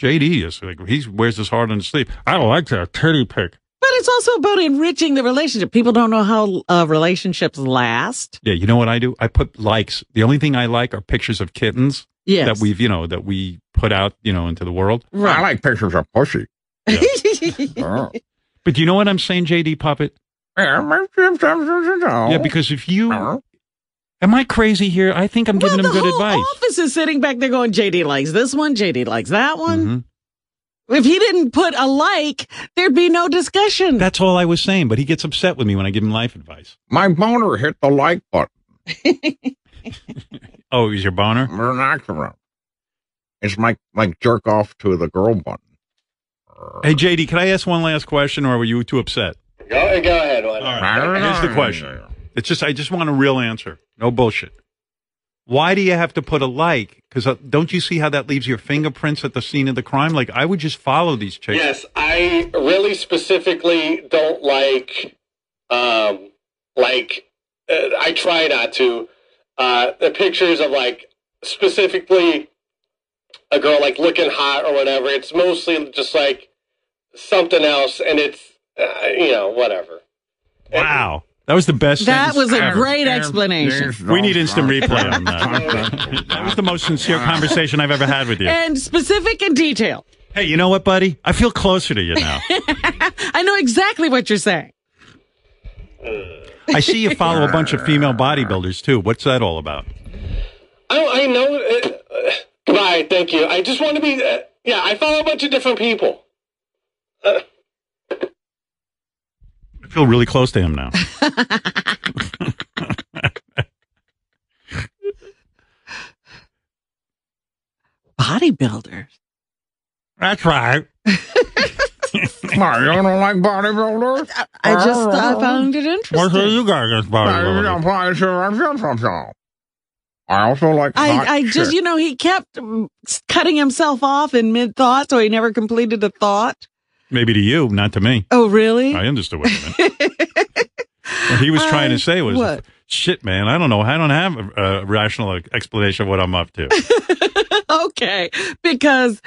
JD is like he wears his heart on his sleeve. I don't like that titty pic.
But it's also about enriching the relationship. People don't know how uh, relationships last.
Yeah, you know what I do? I put likes. The only thing I like are pictures of kittens
Yes.
that we've, you know, that we put out, you know, into the world.
I
right.
like pictures of pussy. Oh.
But do you know what I'm saying, JD Puppet? Yeah,
yeah,
because if you
Uh-huh.
am I crazy here? I think I'm giving
well,
him
the
good
whole
advice.
office is sitting back there going, JD likes this one, JD likes that one.
Mhm.
If he didn't put a like, there'd be no discussion.
That's all I was saying, but he gets upset with me when I give him life advice.
my boner hit the like button.
Oh, he's your boner?
It's an accident. It's my like jerk off to the girl button.
Hey JD, can I ask one last question or were you too upset?
Go, go ahead. Why
All
not?
right. Here's the question. It's just I just want a real answer. No bullshit. Why do you have to put a like? Because uh, don't you see how that leaves your fingerprints at the scene of the crime? Like I would just follow these chicks.
Yes, I really specifically don't like, um, like uh, I try not to. Uh, the pictures of like specifically a girl like looking hot or whatever. It's mostly just like something else, and it's uh, you know whatever.
Wow. That was the best.
That
sentence
was a
ever.
great explanation.
We need instant replay on that. that was the most sincere conversation I've ever had with you.
And specific and detail.
Hey, you know what, buddy? I feel closer to you now.
I know exactly what you're saying.
I see you follow a bunch of female bodybuilders too. What's that all about?
I don't, I know. Uh, uh, bye. Thank you. I just want to be. Uh, yeah, I follow a bunch of different people.
I feel really close to him now.
Bodybuilder.
That's right.
Why, you don't like bodybuilders?
I
Oh.
just I found it
What's
interesting.
with you guys against
Maybe
bodybuilders?
I'm probably sure I'm just something. I also like hot
I, I just,
chicks.
you know, he kept um, s- cutting himself off in mid thought, so he never completed a thought.
Maybe to you, not to me.
Oh, really?
I understood what you meant. what he was trying
I-
to say was,
what?
"Shit, man, I don't know. I don't have a, a rational explanation of what I'm up to."
okay, because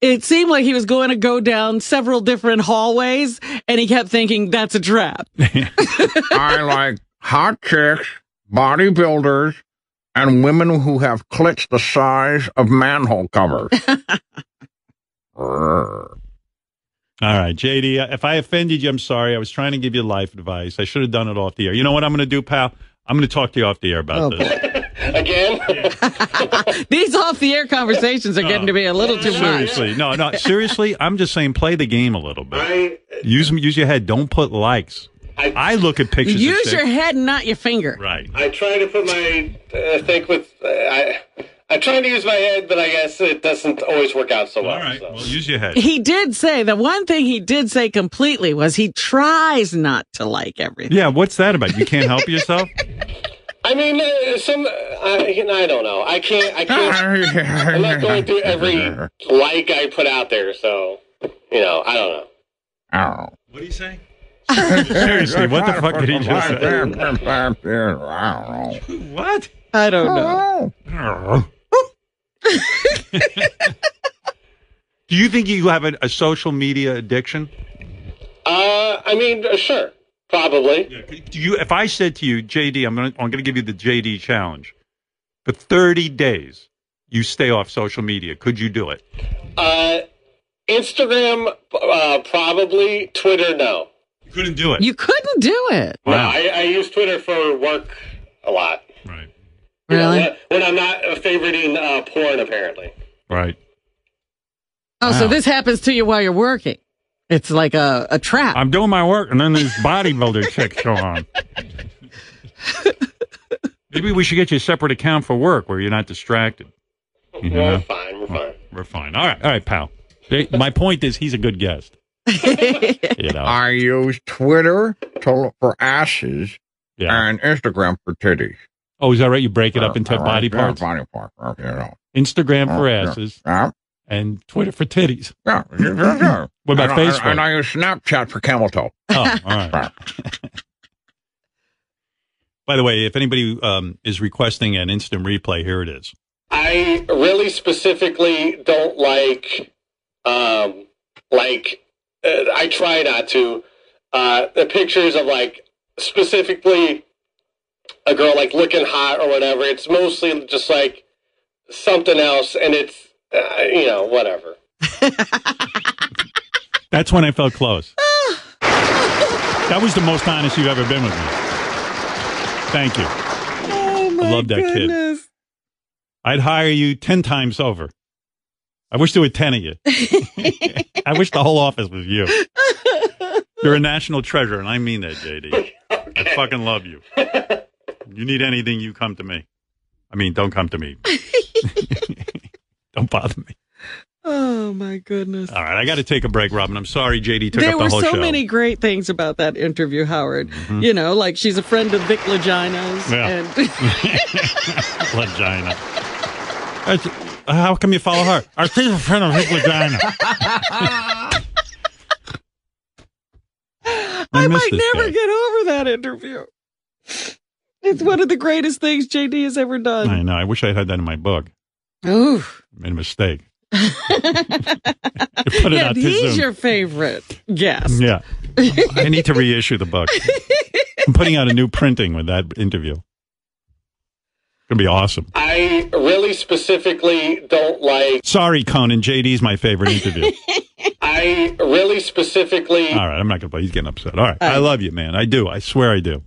it seemed like he was going to go down several different hallways, and he kept thinking that's a trap.
I like hot chicks, bodybuilders, and women who have clits the size of manhole covers. Err.
All right, JD, if I offended you, I'm sorry. I was trying to give you life advice. I should have done it off the air. You know what I'm going to do, pal? I'm going to talk to you off the air about
Oh,
this.
Again.
These off the air conversations are getting to be a little too much.
Seriously, no, no, seriously. I'm just saying, play the game a little bit.
I
Use use your head. Don't put likes.
I-
I look at pictures. of
Use
chicks-
your head, not your finger.
right.
I try to put my uh, think with uh, I. I'm trying to use my head, but I guess it doesn't always work out so well.
All right.
so.
Well, use your head.
He did say the one thing he did say completely was he tries not to like everything.
Yeah. What's that about? You can't help yourself.
I mean, uh, some. Uh, I, you know, I don't know. I can't. I can't. I'm not going through every like I put out there, so you know, I don't know.
Ow.
What do you say? Seriously, what the fuck did he just say?
I don't know.
What?
I don't know.
Oh,
Do you think you have a, a social media addiction?
Uh, I mean, uh, sure, probably.
Do you? If I said to you, JD, I'm gonna I'm gonna give you the JD challenge. For 30 days, you stay off social media. Could you do it?
Uh, Instagram, uh, probably. Twitter, no.
You couldn't do it.
You couldn't do it.
No,
Wow.
I, I use Twitter for work a lot.
right.
You know,
Really?
when- when I'm not uh, favoriting uh, porn, apparently.
Right.
Oh, so
Wow.
this happens to you while you're working. It's like a, a trap.
I'm doing my work, and then these bodybuilder chicks go on. Maybe we should get you a separate account for work where you're not distracted. You
We're
know?
fine. We're fine.
We're fine. All right, all right, pal. They- My point is, he's a good guest. You know,
I use Twitter to look for asses
yeah.
and Instagram for titties.
Oh, is that right? You break it up into
Uh, right,
body
yeah,
parts,
Body parts. uh, You know.
Instagram for
Yeah.
asses,
Yeah.
and Twitter for titties.
Yeah. yeah, yeah, yeah.
What about
and, I-
Facebook?
And I use Snapchat for camel toe.
Oh, all right. By the way, if anybody um, is requesting an instant replay, here it is.
I really specifically don't like, um, like, uh, I try not to. Uh, the pictures of like specifically a girl like looking hot or whatever. It's mostly just like something else, and it's uh, you know whatever.
That's when I felt close. that was the most honest you've ever been with me. Thank you.
oh, my
love that kid.
goodness.
I'd hire you 10 times over. I wish there were 10 of you. I wish the whole office was you. You're a national treasure, and I mean that, JD. I fucking love you. You need anything, you come to me. I mean, don't come to me. don't bother me.
Oh, my goodness.
All right, I got to take a break, Robin. I'm sorry, JD Uh, took
there
up the
were so
whole show. Mm-hmm.
many great things about that interview, Howard. You know, like she's a friend of Vic Logino's.
Yeah.
And
Vagina. That's- How come you follow her? I think a friend of his vagina.
I
miss
might
this
never
guy.
get over that interview. It's one of the greatest things JD has ever done.
I know. I wish I had that in my book.
Ooh.
Made a mistake. Put it
yeah,
out too
he's
soon.
your favorite guest.
Yeah. I need to reissue the book. I'm putting out a new printing with that interview. It'll be awesome.
I really specifically don't like.
Sorry, Conan. JD's my favorite interview.
I really specifically.
All right. I'm not going to play. He's getting upset. All right. I love you, man. I do. I swear I do.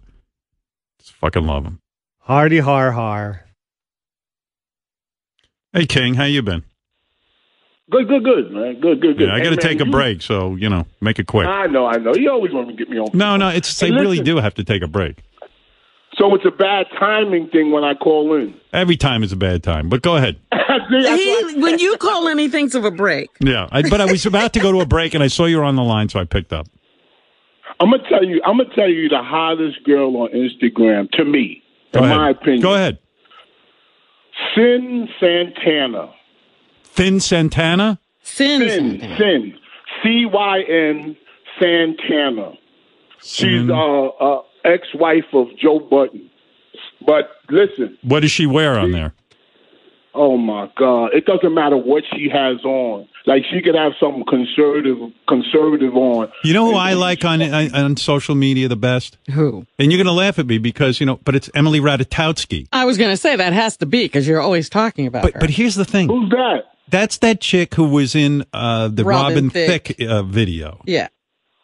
Just fucking love him.
Hardy har har.
Hey, King. How you been?
Good, good, good, man. Good, good, good.
Yeah, I
Hey,
got to
man,
take a
you-
break. So, you know, make it quick.
I know, I know. You always want to get me on.
No, no. It's
Hey,
They really
listen.
do have to take a break.
So it's a bad timing thing when I call in.
Every time is a bad time, but go ahead.
He, when you call in, he thinks of a break.
Yeah, I, but I was about to go to a break, and I saw you were on the line, so I picked up.
I'm gonna tell you. I'm gonna tell you the hottest girl on Instagram to me,
Go
in
ahead.
my opinion.
Go ahead.
Sin Santana.
Finn Santana.
Sin.
Sin. Sin. C Y N Santana. She's uh, uh, ex-wife of Joe Button. But listen,
What does she wear on there?
Oh my God! It doesn't matter what she has on. Like she could have something conservative, conservative on.
You know who I like on on, on social media the best?
Who?
And you're gonna laugh at me because you know, but it's Emily Ratajkowski.
I was going to say that has to be because you're always talking about
But
her.
but here's the thing. Who's
that?
That's that chick who was in uh, the
Robin
Robin,
Thicke.
Thicke, uh, video
yeah.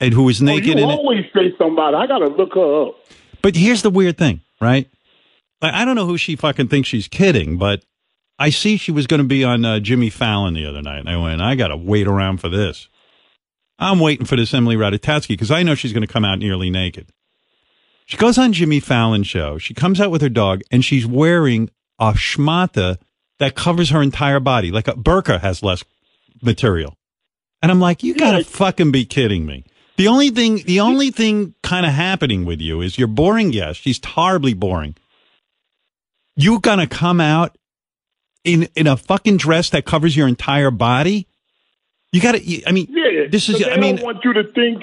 and who was
Oh,
naked
you
in it.
always say somebody. I gotta look her up.
But here's the weird thing, right? Like, I don't know who she fucking thinks she's kidding, but I see she was going to be on uh, Jimmy Fallon the other night, and I went, I got to wait around for this. I'm waiting for this Emily Ratajkowski because I know she's going to come out nearly naked. She goes on Jimmy Fallon's show. She comes out with her dog, and she's wearing a schmata that covers her entire body, like a burqa has less material. And I'm like, you gotta fucking be kidding me. The only thing, the only thing kind of happening with you is you're boring. Yes, she's horribly boring. You're gonna come out in in a fucking dress that covers your entire body. You gotta. you- I mean,
Yeah,
this is.
But they
I mean,
don't want you to think.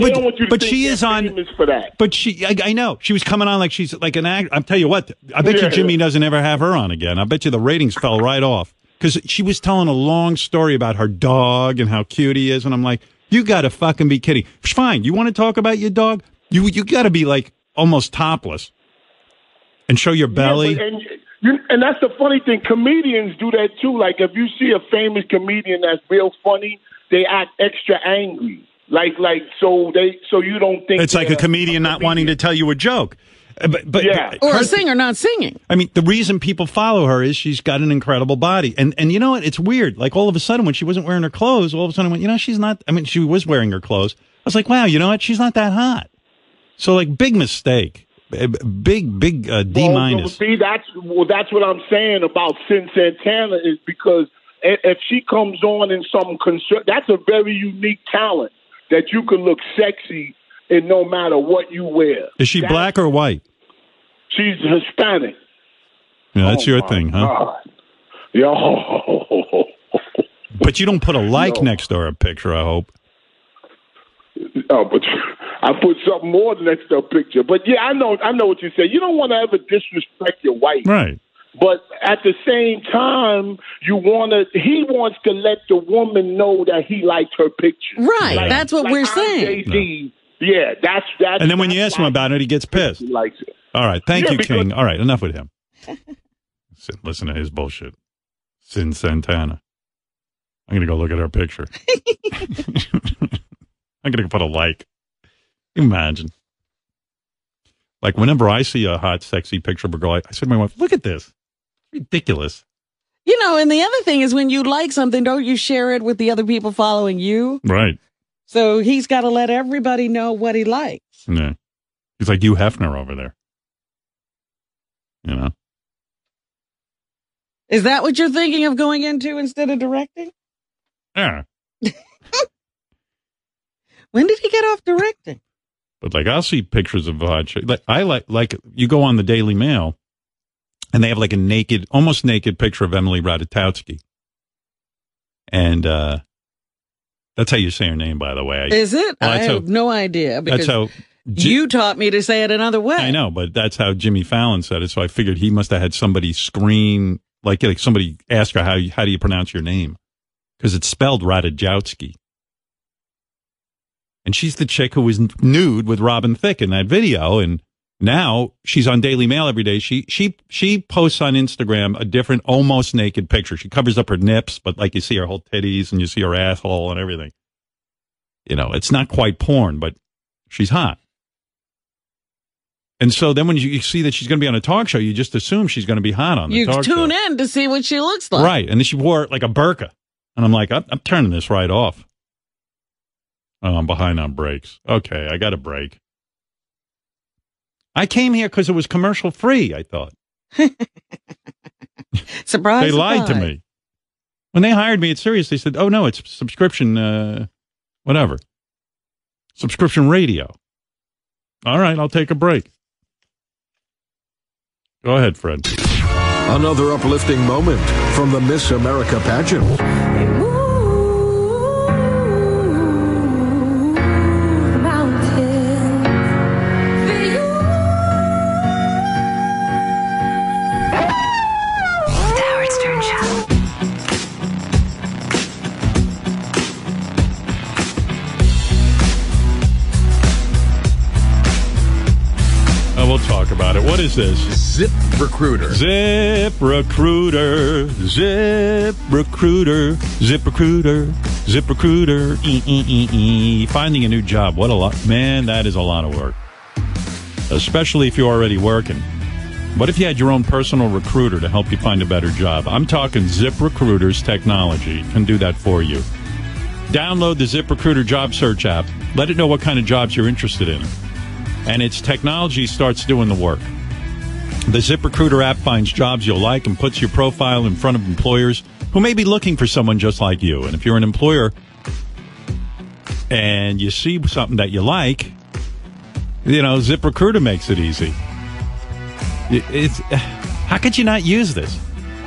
they
but-
don't want you to
but
think
she
they're
is on-
famous for that.
but she. I, I know she was coming on like she's like an act. I tell you what. I bet
Yeah.
you Jimmy doesn't ever have her on again. I bet you the ratings fell right off because she was telling a long story about her dog and how cute he is, and I'm like, you gotta fucking be kidding. Fine, you want to talk about your dog? You you gotta be like almost topless and show your belly.
Yeah, but- and you, and that's the funny thing. Comedians do that too. Like if you see a famous comedian that's real funny, they act extra angry. Like like so they so you don't think
it's like a
they're-
comedian not wanting to tell you a joke. Uh, But, but,
Yeah.
but
Or
her-
a singer not singing.
I mean, the reason people follow her is she's got an incredible body, and and you know what? It's weird. Like all of a sudden, when she wasn't wearing her clothes, all of a sudden, I went, you know, she's not. I mean, she was wearing her clothes. I was like, wow, you know what? She's not that hot. So like, big mistake, B- big big uh, D
Well,
minus.
So, see, that's well, that's what I'm saying about Sin Santana is because i- if she comes on in some concert, that's a very unique talent that you can look sexy in no matter what you wear.
Is she
That-
black or white?
She's Hispanic.
Yeah, that's your thing, huh?
Oh Yo,
But you don't put a like next to her picture. I hope.
oh, but I put something more next to a picture. But yeah, I know, I know what you said. You don't want to ever disrespect your wife,
Right.
But at the same time, you want to. He wants to let the woman know that he liked her picture.
Right.
Yeah.
That's what
Like,
we're
I'm
saying.
Jay-Z. Yeah, that's that's.
And then when you ask him about it, he gets pissed.
he likes it.
All right. Thank
Yeah,
you,
because-
King. All right. Enough with him. Sit- Listen to his bullshit. Sin Santana. I'm going to go look at her picture. I'm going to put a like. Imagine. Like, whenever I see a hot, sexy picture of a girl, I, I say to my wife, look at this. Ridiculous.
You know, and the other thing is when you like something, don't you share it with the other people following you?
Right.
So he's got to let everybody know what he likes.
Yeah. He's like you, Hefner, over there. You know?
Is that what you're thinking of going into instead of directing?
Yeah.
When did he get off directing?
But like I'll see pictures of hot chicks. Like I like like you go on the Daily Mail, and they have like a naked, almost naked picture of Emily Ratajkowski, and uh that's how you say her name, by the way.
Is it?
Well,
I
that's
have
how-
no idea.
that's
Because
how
you taught me to say it another way.
I know, but that's how Jimmy Fallon said it. So I figured he must have had somebody screen, like, like somebody ask her how you, how do you pronounce your name, because it's spelled Radajowski. And she's the chick who was n- nude with Robin Thicke in that video, and now she's on Daily Mail every day. She she she posts on Instagram a different, almost naked picture. She covers up her nips, but like you see her whole titties and you see her asshole and everything. You know, it's not quite porn, but she's hot. And so then when you, you see that she's going to be on a talk show, you just assume she's going to be hot on the
You
talk show.
tune in to see what she looks like.
Right. And then she wore like a burqa. And I'm like, I'm, I'm turning this right off. Oh, I'm behind on breaks. Okay, I got a break. I came here because it was commercial free, I thought.
Surprise.
they lied to
surprise.
me. When they hired me at Sirius, they said, oh, no, it's subscription, uh, whatever. Subscription radio. All right, I'll take a break. Go ahead, Fred.
Another uplifting moment from the Miss America pageant.
Howard Stern Show.
Uh, we'll talk about it. What is this?
Zip Recruiter.
Zip Recruiter. Zip Recruiter. Zip Recruiter. Zip Recruiter. E e e e. Finding a new job. What a lot, man. That is a lot of work, especially if you're already working. What if you had your own personal recruiter to help you find a better job? I'm talking Zip Recruiter's technology can do that for you. Download the ZipRecruiter job search app. Let it know what kind of jobs you're interested in. And its technology starts doing the work. The ZipRecruiter app finds jobs you'll like and puts your profile in front of employers who may be looking for someone just like you. And if you're an employer and you see something that you like, you know, ZipRecruiter makes it easy. It- It's how could you not use this?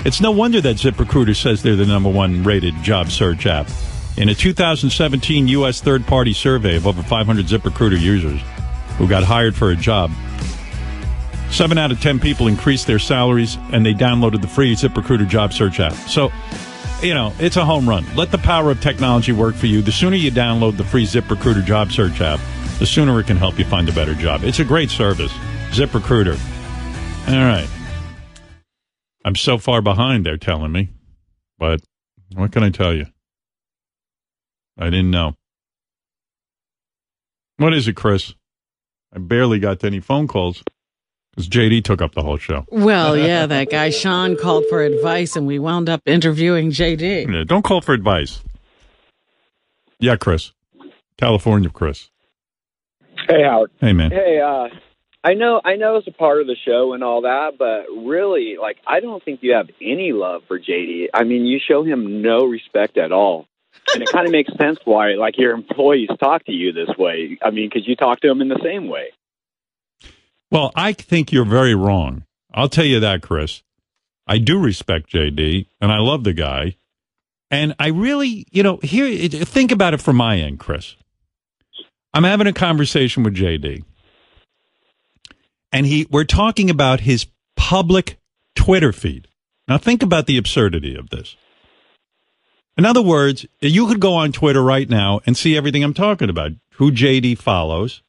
It's no wonder that ZipRecruiter says they're the number one rated job search app. In a 2017 U.S. third party survey of over 500 ZipRecruiter users who got hired for a job, Seven out of ten people increased their salaries and they downloaded the free ZipRecruiter job search app. So, you know, it's a home run. Let the power of technology work for you. The sooner you download the free ZipRecruiter job search app, the sooner it can help you find a better job. It's a great service. ZipRecruiter. All right. I'm so far behind, they're telling me. But what can I tell you? I didn't know. What is it, Chris? I barely got to any phone calls because JD took up the whole show.
Well, yeah, that guy Sean called for advice and we wound up interviewing JD.
Yeah, don't call for advice. Yeah, Chris. California, Chris.
Hey Howard.
Hey, man.
Hey, uh, I know I know it's a part of the show and all that, but really, like, I don't think you have any love for JD. I mean, you show him no respect at all, and it kind of makes sense why like your employees talk to you this way. I mean, because you talk to them in the same way.
Well, I think you're very wrong. I'll tell you that, Chris. I do respect JD, and I love the guy. And I really, you know, here, it- think about it from my end, Chris. I'm having a conversation with JD, and he, we're talking about his public Twitter feed. Now, think about the absurdity of this. In other words, you could go on Twitter right now and see everything I'm talking about, who JD follows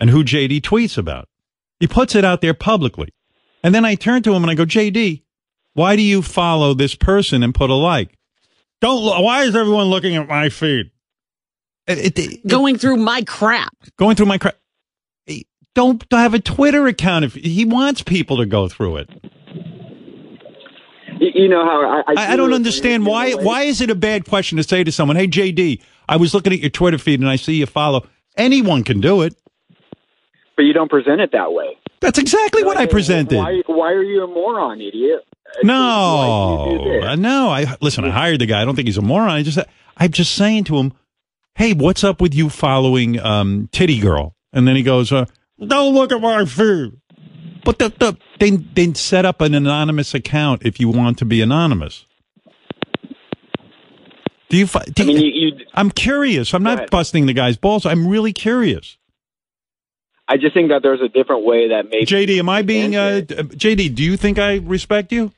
and who JD tweets about. He puts it out there publicly. And then I turn to him and I go, JD, why do you follow this person and put a like? Don't, lo- why is everyone looking at my feed? It- it-
Going through my crap.
going through my crap. Don't have a Twitter account if he wants people to go through it.
You, you know how I
I, I don't understand why. Why is it a bad question to say to someone, "Hey JD, I was looking at your Twitter feed and I see you follow." Anyone can do it.
but you don't present it that way.
That's exactly what I presented.
Why? Why are you a moron, idiot?
No, I- no. I listen. I hired the guy. I don't think he's a moron. I just, I'm just saying to him, "Hey, what's up with you following um, Titty Girl?" And then he goes, uh, "Don't look at my feed." But the, the, they they set up an anonymous account if you want to be anonymous. Do you? fi- Do you I'm curious. I'm not busting the guy's balls. I'm really curious.
I just think that there's a different way that maybe
JD, am I being uh, d- JD? Do you think I respect you?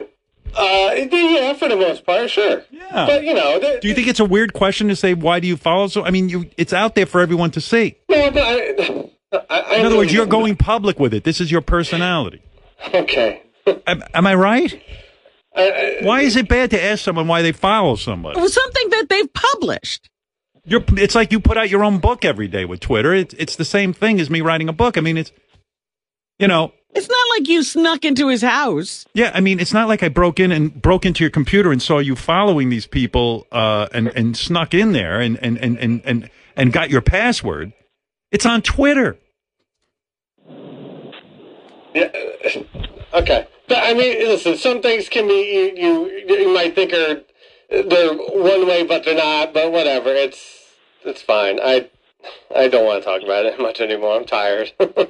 Uh, yeah, for the most part, sure.
Yeah.
But you know, there,
Do you think it's a weird question to say? Why do you follow? So I mean, you it's out there for everyone to see.
no, no, I, I, I,
In other words, you're going public with it. This is your personality.
Okay.
Am, am I right? Why is it bad to ask someone why they follow somebody?
It was something that they've published.
You're, it's like you put out your own book every day with Twitter. It's it's the same thing as me writing a book. I mean, it's you know,
It's not like you snuck into his house.
yeah. I mean, it's not like I broke in and broke into your computer and saw you following these people uh, and and snuck in there and and and and and and got your password. It's on Twitter.
Yeah, uh, okay. But, I mean, listen, some things can be you you, you might think are they're one way, but they're not. But whatever, it's it's fine. I I don't want to talk about it much anymore. I'm tired. All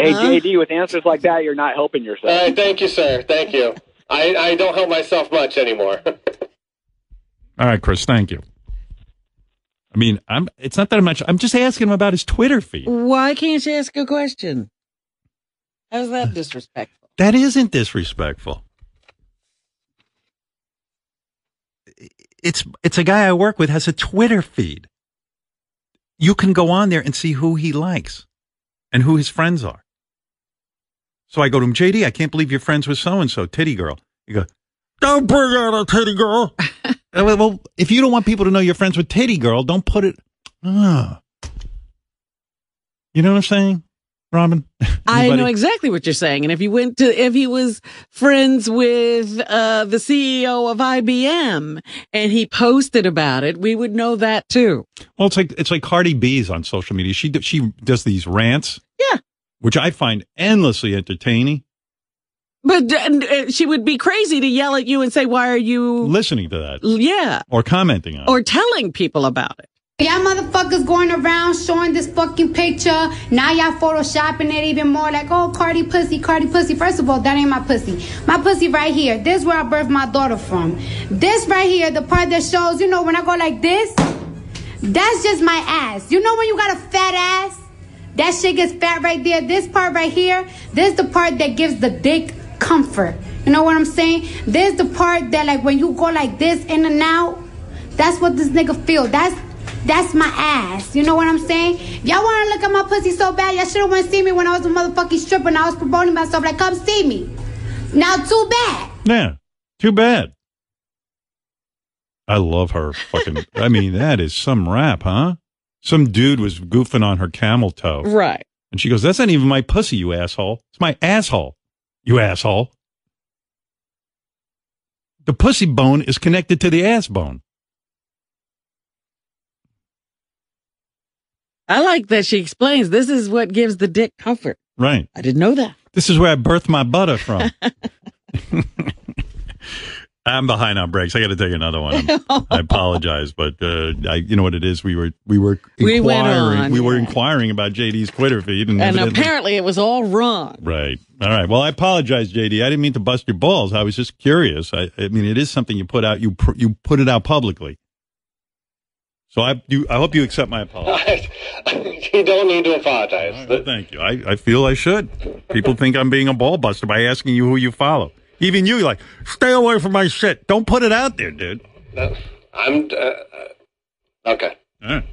Hey, JD, with answers like that, you're not helping yourself.
right, thank you, sir. Thank you. I I don't help myself much anymore.
All right, Chris. Thank you. I mean, I'm. It's not that I'm not. I'm just asking him about his Twitter feed.
Why can't you ask a question? How's that disrespectful?
That isn't disrespectful. It's it's a guy I work with has a Twitter feed. You can go on there and see who he likes and who his friends are. So I go to him, JD, I can't believe you're friends with so and so, titty girl. He goes, Don't bring out a titty girl. And I went, well, if you don't want people to know you're friends with titty girl, don't put it. Ah. You know what I'm saying, Robin?
I know
Anybody?
exactly what you're saying. And if you went to, if he was friends with uh, the CEO of IBM and he posted about it, we would know that too.
Well, it's like it's like Cardi B's on social media. She d- she does these rants,
Yeah.
which I find endlessly entertaining.
But uh, she would be crazy to yell at you and say, why are you,
Listening to that
yeah,
or commenting on, it.
or telling people about it.
Y'all motherfuckers going around showing this fucking picture. Now y'all photoshopping it even more. Like, oh, Cardi pussy, Cardi pussy. First of all, that ain't my pussy. My pussy right here. This where I birthed my daughter from. This right here, the part that shows, you know, when I go like this, that's just my ass. You know when you got a fat ass? That shit gets fat right there. This part right here, this the part that gives the dick comfort. You know what I'm saying? This the part that like when you go like this in and out, that's what this nigga feel. That's that's my ass. You know what I'm saying? If y'all wanna look at my pussy so bad, y'all should have went see me when I was a motherfucking stripper and I was promoting myself like come see me. Now too bad.
yeah, too bad. I love her fucking. I mean, that is some rap, huh? Some dude was goofing on her camel toe,
Right.
and she goes, "That's not even my pussy, you asshole. It's my asshole, you asshole." The pussy bone is connected to the ass bone.
I like that she explains this is what gives the dick comfort.
Right.
I didn't know that.
This is where I birthed my butter from. I'm behind on breaks. I got to take another one. I apologize, but uh, I, you know what it is. We were we were inquiring.
We went on,
we were inquiring about JD's Twitter feed, and,
And
evidently-
apparently it was all wrong.
right. All right. Well, I apologize, JD. I didn't mean to bust your balls. I was just curious. I, I mean, it is something you put out. You pr- you put it out publicly. So I you, I hope you accept my apology.
you don't need to apologize.
Thank you. I, I feel I should. People think I'm being a ball buster by asking you who you follow. Even you, like, stay away from my shit. Don't put it out there, dude.
No, I'm uh, uh, okay.
That's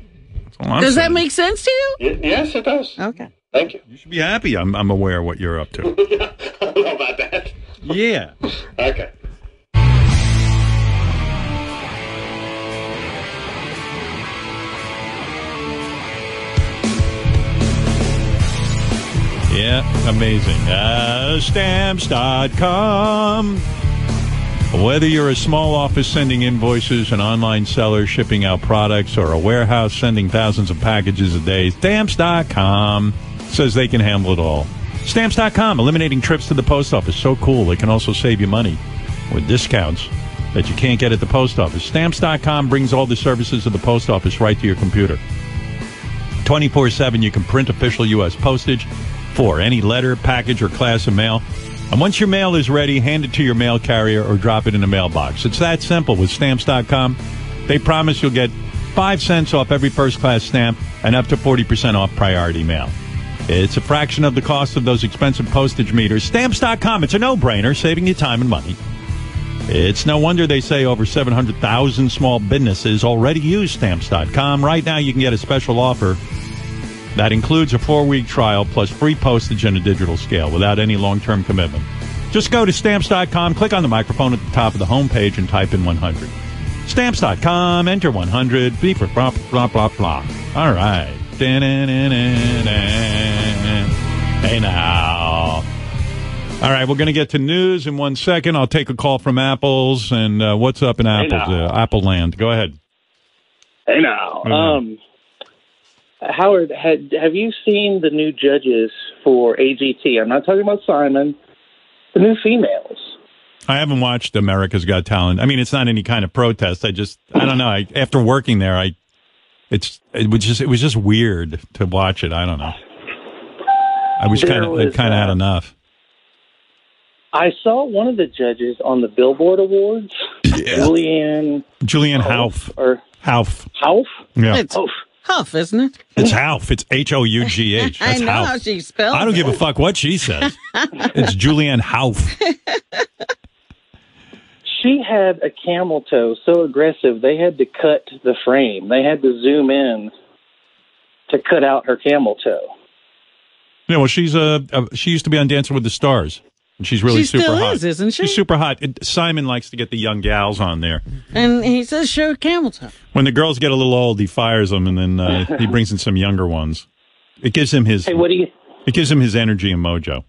all I'm
does
saying.
that make sense to you?
Y- yes, it does.
Okay.
Thank you.
You should be happy. I'm, I'm aware of what you're up to.
I don't know about that.
yeah.
Okay.
Yeah. Amazing. Uh, stamps.com. Whether you're a small office sending invoices, an online seller shipping out products, or a warehouse sending thousands of packages a day, stamps.com says they can handle it all. Stamps.com, eliminating trips to the post office. So cool. They can also save you money with discounts that you can't get at the post office. Stamps.com brings all the services of the post office right to your computer. 24 7, you can print official U.S. postage for any letter, package, or class of mail. And once your mail is ready, hand it to your mail carrier or drop it in a mailbox. It's that simple with stamps.com. They promise you'll get five cents off every first class stamp and up to 40% off priority mail. It's a fraction of the cost of those expensive postage meters. Stamps.com, it's a no brainer, saving you time and money. It's no wonder they say over 700,000 small businesses already use stamps.com. Right now, you can get a special offer that includes a four week trial plus free postage and a digital scale without any long term commitment. Just go to stamps.com, click on the microphone at the top of the homepage, and type in 100. Stamps.com, enter 100, beep, blah, blah, blah, blah. All right. Da-na-na-na-na. Hey now. All right, we're going to get to news in one second. I'll take a call from Apples and uh, what's up in Apples,
now.
uh, Apple Land. Go ahead.
Hey now,
Mhm.
um, Howard, had, have you seen the new judges for AGT? I'm not talking about Simon. The new females.
I haven't watched America's Got Talent. I mean, it's not any kind of protest. I just, I don't know. I, after working there, I, it's, it was just, it was just weird to watch it. I don't know. I was
There
kind of,
was,
kind of
uh,
had enough.
I saw one of the judges on the Billboard Awards, Julianne
Julian Hauf.
or
Hauf.
Hauf.
Yeah.
It's Huff, isn't it?
It's Hauf. It's H O U G H.
I
That's
know
Hauf.
how she spells.
I don't
it.
give a fuck what she says. it's Julianne Hauf.
She had a camel toe so aggressive they had to cut the frame. They had to zoom in to cut out her camel toe.
Yeah, well, she's a, a she used to be on Dancing with the Stars, and she's really
She
super
still
hot,
is, isn't she?
She's super hot. It, Simon likes to get the young gals on there.
And he says, "Show camel toe."
When the girls get a little old, he fires them, and then uh, he brings in some younger ones. It gives him his.
Hey, what do you
It gives him his energy and mojo.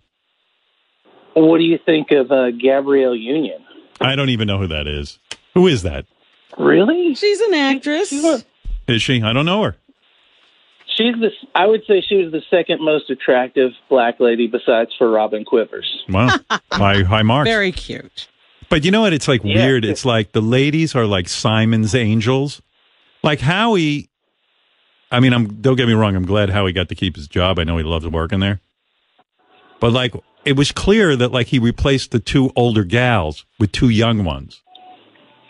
what do you think of uh, Gabrielle Union?
I don't even know who that is. Who is that?
Really?
She's an actress.
Is she? I don't know her.
She's the I would say she was the second most attractive black lady besides for Robin Quivers.
Wow, high high marks.
Very cute.
But you know what? It's like weird. It's like the ladies are like Simon's angels. Like Howie. I mean, I'm don't get me wrong. I'm glad Howie got to keep his job. I know he loves working there. But like, it was clear that like he replaced the two older gals with two young ones.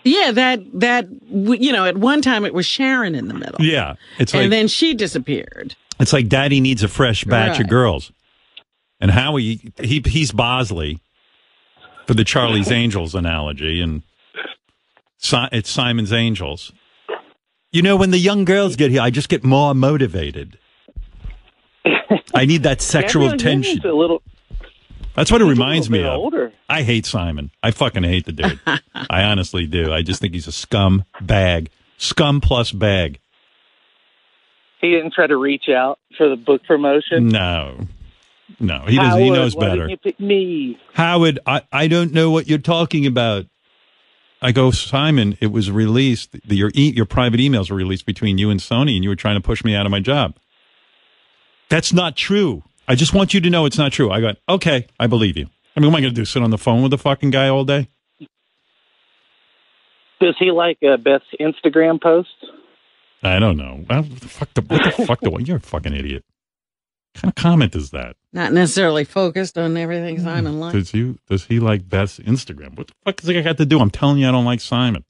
Yeah, that that w- you know, at one time it was Sharon in the middle,
Yeah, it's
and
like
then she disappeared.
it's like Daddy needs a fresh batch of
Right.
girls. And Howie, he he's Bosley for the Charlie's Angels analogy, and si- it's Simon's Angels. You know, when the young girls get here, I just get more motivated. I need that sexual
Gabrielle Union's
tension.
A little
That's what it reminds me
bit
of.
older.
I hate Simon. I fucking hate the dude. I honestly do. I just think he's a scum bag, scum plus bag.
he didn't try to reach out for the book
Mm.
promotion.
No, no, he doesn't. he
Howard,
knows
why
better.
Didn't you pick me?
Howard, I, I don't know what you're talking about. I go, Simon, it was released. The, your e- your private emails were released between you and Sony, and you were trying to push me out of my job. That's not true. I just want you to know it's not true. I got, okay, I believe you. I mean, what am I going to do? Sit on the phone with the fucking guy all day?
Does he like uh, Beth's Instagram post?
I don't know. Well, what the fuck, the, what the fuck the, you're a fucking idiot. What kind of comment is that?
Not necessarily focused on everything Simon likes.
Does you does he like Beth's Instagram? What the fuck does it got to do? I'm telling you, I don't like Simon.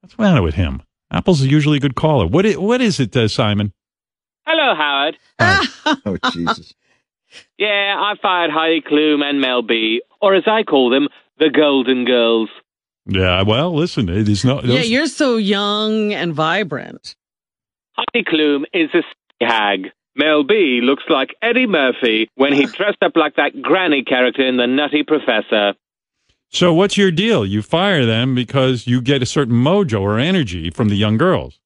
What's the matter with him? Apple's usually a good caller. What is, what is it, uh, Simon?
Hello, Howard.
Oh Jesus!
Yeah, I fired Heidi Klum and Mel B, or as I call them, the Golden Girls.
Yeah. Well, listen, it is no.
yeah, you're so young and vibrant.
Heidi Klum is a s- hag. Mel B looks like Eddie Murphy when he dressed up like that granny character in The Nutty Professor.
So what's your deal? You fire them because you get a certain mojo or energy from the young girls.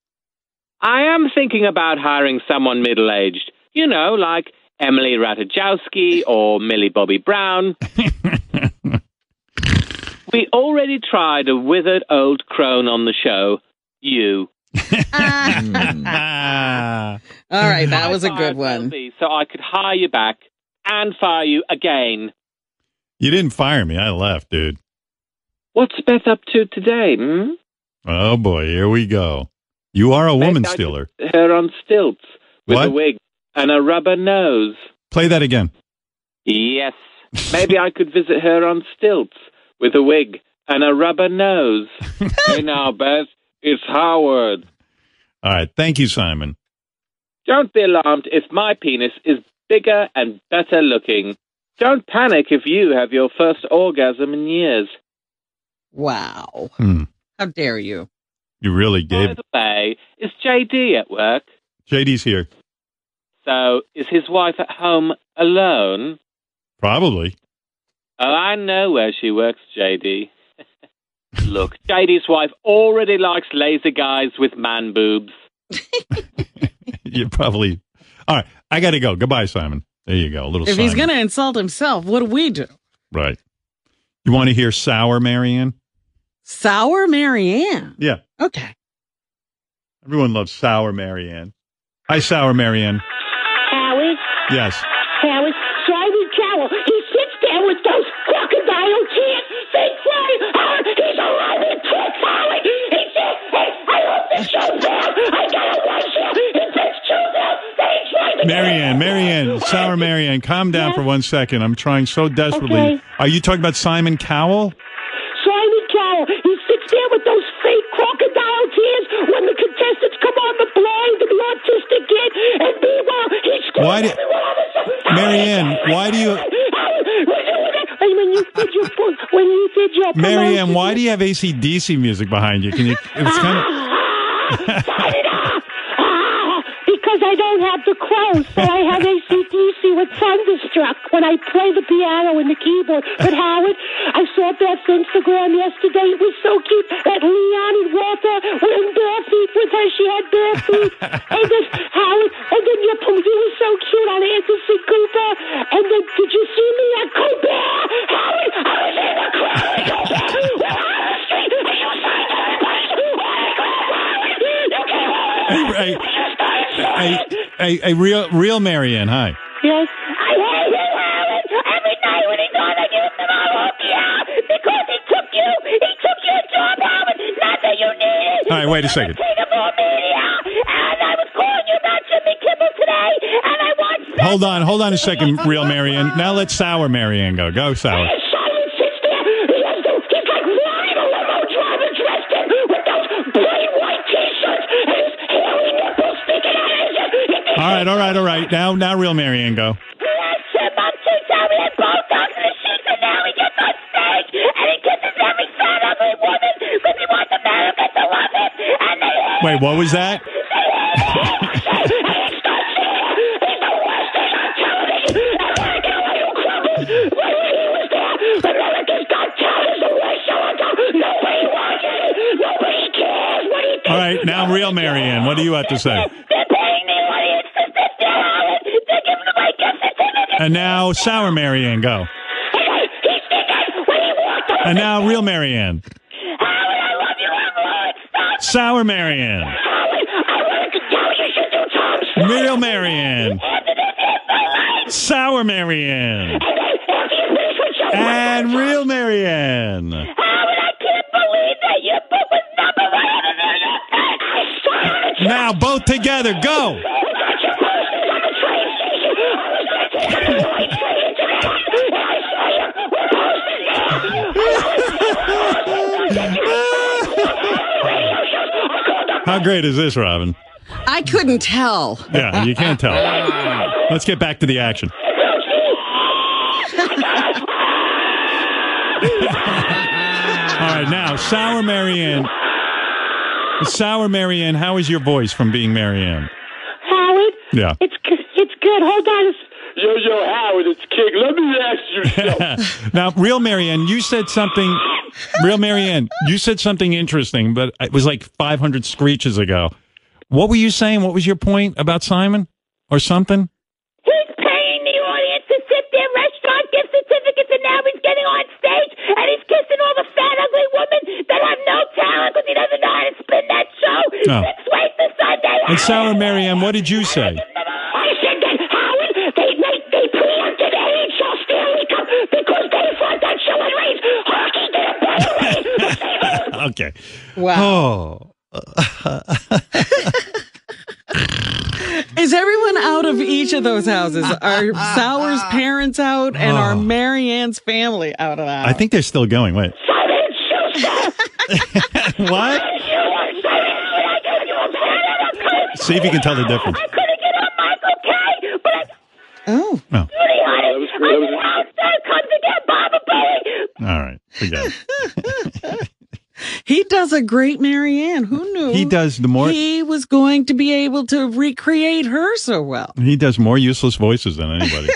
I am thinking about hiring someone middle aged. You know, like Emily Ratajkowski or Millie Bobby Brown. we already tried a withered old crone on the show, you.
Ah.
All right, that was a good one.
So I could hire you back and fire you again.
You didn't fire me. I left, dude.
What's Beth up to today? Hmm?
Oh boy, here we go. You are a woman stealer.
Her on stilts with
What?
a wig and a rubber nose.
Play that again.
Yes. Maybe I could visit her on stilts with a wig and a rubber nose. hey now, Beth, It's Howard.
All right. Thank you, Simon.
Don't be alarmed if my penis is bigger and better looking. Don't panic if you have your first orgasm in years.
Wow.
Hmm.
How dare you?
You really gave.
By the way, is JD at work?
JD's here.
So is his wife at home alone?
Probably.
Oh, I know where she works, JD. Look, JD's wife already likes laser guys with man boobs.
You probably. All right. I got to go. Goodbye, Simon. There you go. A little
If he's
Simon.
going to insult himself, what do we do?
Right. You want to hear Sour Marianne?
Sour Marianne.
Yeah.
Okay.
Everyone loves Sour Marianne. Hi, Sour Marianne.
Howie,
Yes.
Howie, Simon Cowell, he sits there with those crocodile tears. They cry, Howard, he's a living prick, Howie. He says, hey, I love the show now. I got a wife here. It takes two now. They try to
Marianne, Marianne, Sour Marianne, calm down for one second. I'm trying so desperately.
Okay.
Are you talking about Simon Cowell?
Simon Cowell, he sits there with those fake crocodile tears when the contestants come on the blind and the autistic kid, and meanwhile, he's
Why do, Marianne, why do you,
And when you did your when you did your
Marianne, why do you have ACDC music behind you? Can you, it's kind of,
Ah, because I don't have the crows, so I have ACDC with Thunderstruck when I play the piano and the keyboard. But Howard, I saw Beth's Instagram yesterday. It was so cute that Leon and Walter were in bare feet with her. She had bare feet. and then, Howard, and then your you was so cute on Anderson Cooper. And then, did you see me at Cooper? Howard, I was in the crowd at Cooper. We're on the street, and you saw everybody. You came over.
Hey, a, a, a real, real Marianne, hi.
Yes. I hate you, Alan. Every night when he's on, I give him all up yeah, because he took you. He took your job, Alan. Not that you needed.
All right, wait a second.
King of all media, and I was calling you about Jimmy Kimmel today, and I want
Hold on, hold on a second, real Marianne. Now let Sour Marianne go. Go, Sour.
Simon sits there. He has to, he's like Ryan, a limo driver dressed in with those bright white T-shirts and his hairy nipples sticking out of his. He
All right, all right, all right. Now, now, real Marianne, go.
Yes, sir, Mom too. Tommy had Botox and a sheep, and now he gets on stage and he kisses every fat, ugly woman because he wants America to love him. And they hate
Wait, what was that?
America's Got Talent is a race show. I go, Nobody watches it. Nobody cares. What do you
All right, now, real Marianne, what do you have to say?
They're paying me money. It's the fifth hour. They're giving away gift certificates.
And now, Sour Marianne, go.
Hey, he's thinking, when he walked over
And now, real Marianne.
Howard, I love you. I'm Lawrence. Stop.
Sour Marianne.
Howard, I wanted to tell you you should do Tom Selleck.
Real Marianne. Sour
And
Marianne.
then after you finish with your
And real Marianne.
Howard, I can't believe that your book was number one in the New York Times. I saw it on the train.
Now, both together, go.
Without your posters on the train station, I was going to take the right train into the and I saw your posters there.
How great is this, Robin?
I couldn't tell.
Yeah, you can't tell. Let's get back to the action. All right, now, Sour Marianne. Sour Marianne, how is your voice from being Marianne?
Howard,
Yeah.
it's g- it's good. Hold on. It's-
Yo, yo, Howard, it's King. Let me ask you something.
now, real Marianne, you said something. Real Marianne, you said something interesting, but it was like 500 screeches ago. What were you saying? What was your point about Simon or something?
He's paying the audience to sit there, restaurant gift certificates, and now he's getting on stage and he's kissing all the fat, ugly women that have no talent because he doesn't know how to spin that show.
Oh.
Six ways to Sunday.
And Sour Marianne, what did you
I
say?
said that Howard, they make they preempted NHL Stanley Cup because they thought that show would raise hockey to the better league.
Okay. Oh. Wow.
Is everyone out of each of those houses? Are Sour's parents out and are
Oh.
Marianne's family out of that?
I think they're still going. Wait.
Simon Schuster,
What?
you are so
See if you can tell the difference.
couldn't get on Michael K, but I
Oh.
Oh.
really honey, I mean, how dare come to get Baba Booey?
All right. Forget it.
He does a great Marianne. Who knew?
He does the more-
he was going to be able to recreate her so well.
He does more useless voices than anybody.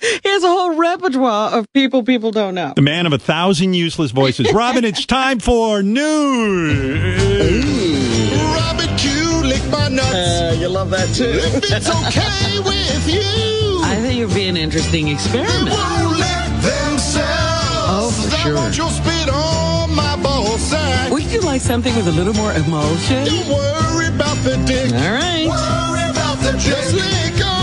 He has a whole repertoire of people people don't know.
the man of a thousand useless voices. Robin, it's time for news.
Robert Q, lick my nuts.
Uh, you love that too.
if it's okay with you,
I think it would be an interesting experiment.
won't let themselves.
Oh, for
They
sure.
want your spit on my ball sack.
Would you like something with a little more emotion?
Don't worry about the dick.
All right.
Worry about the dick. Just lick on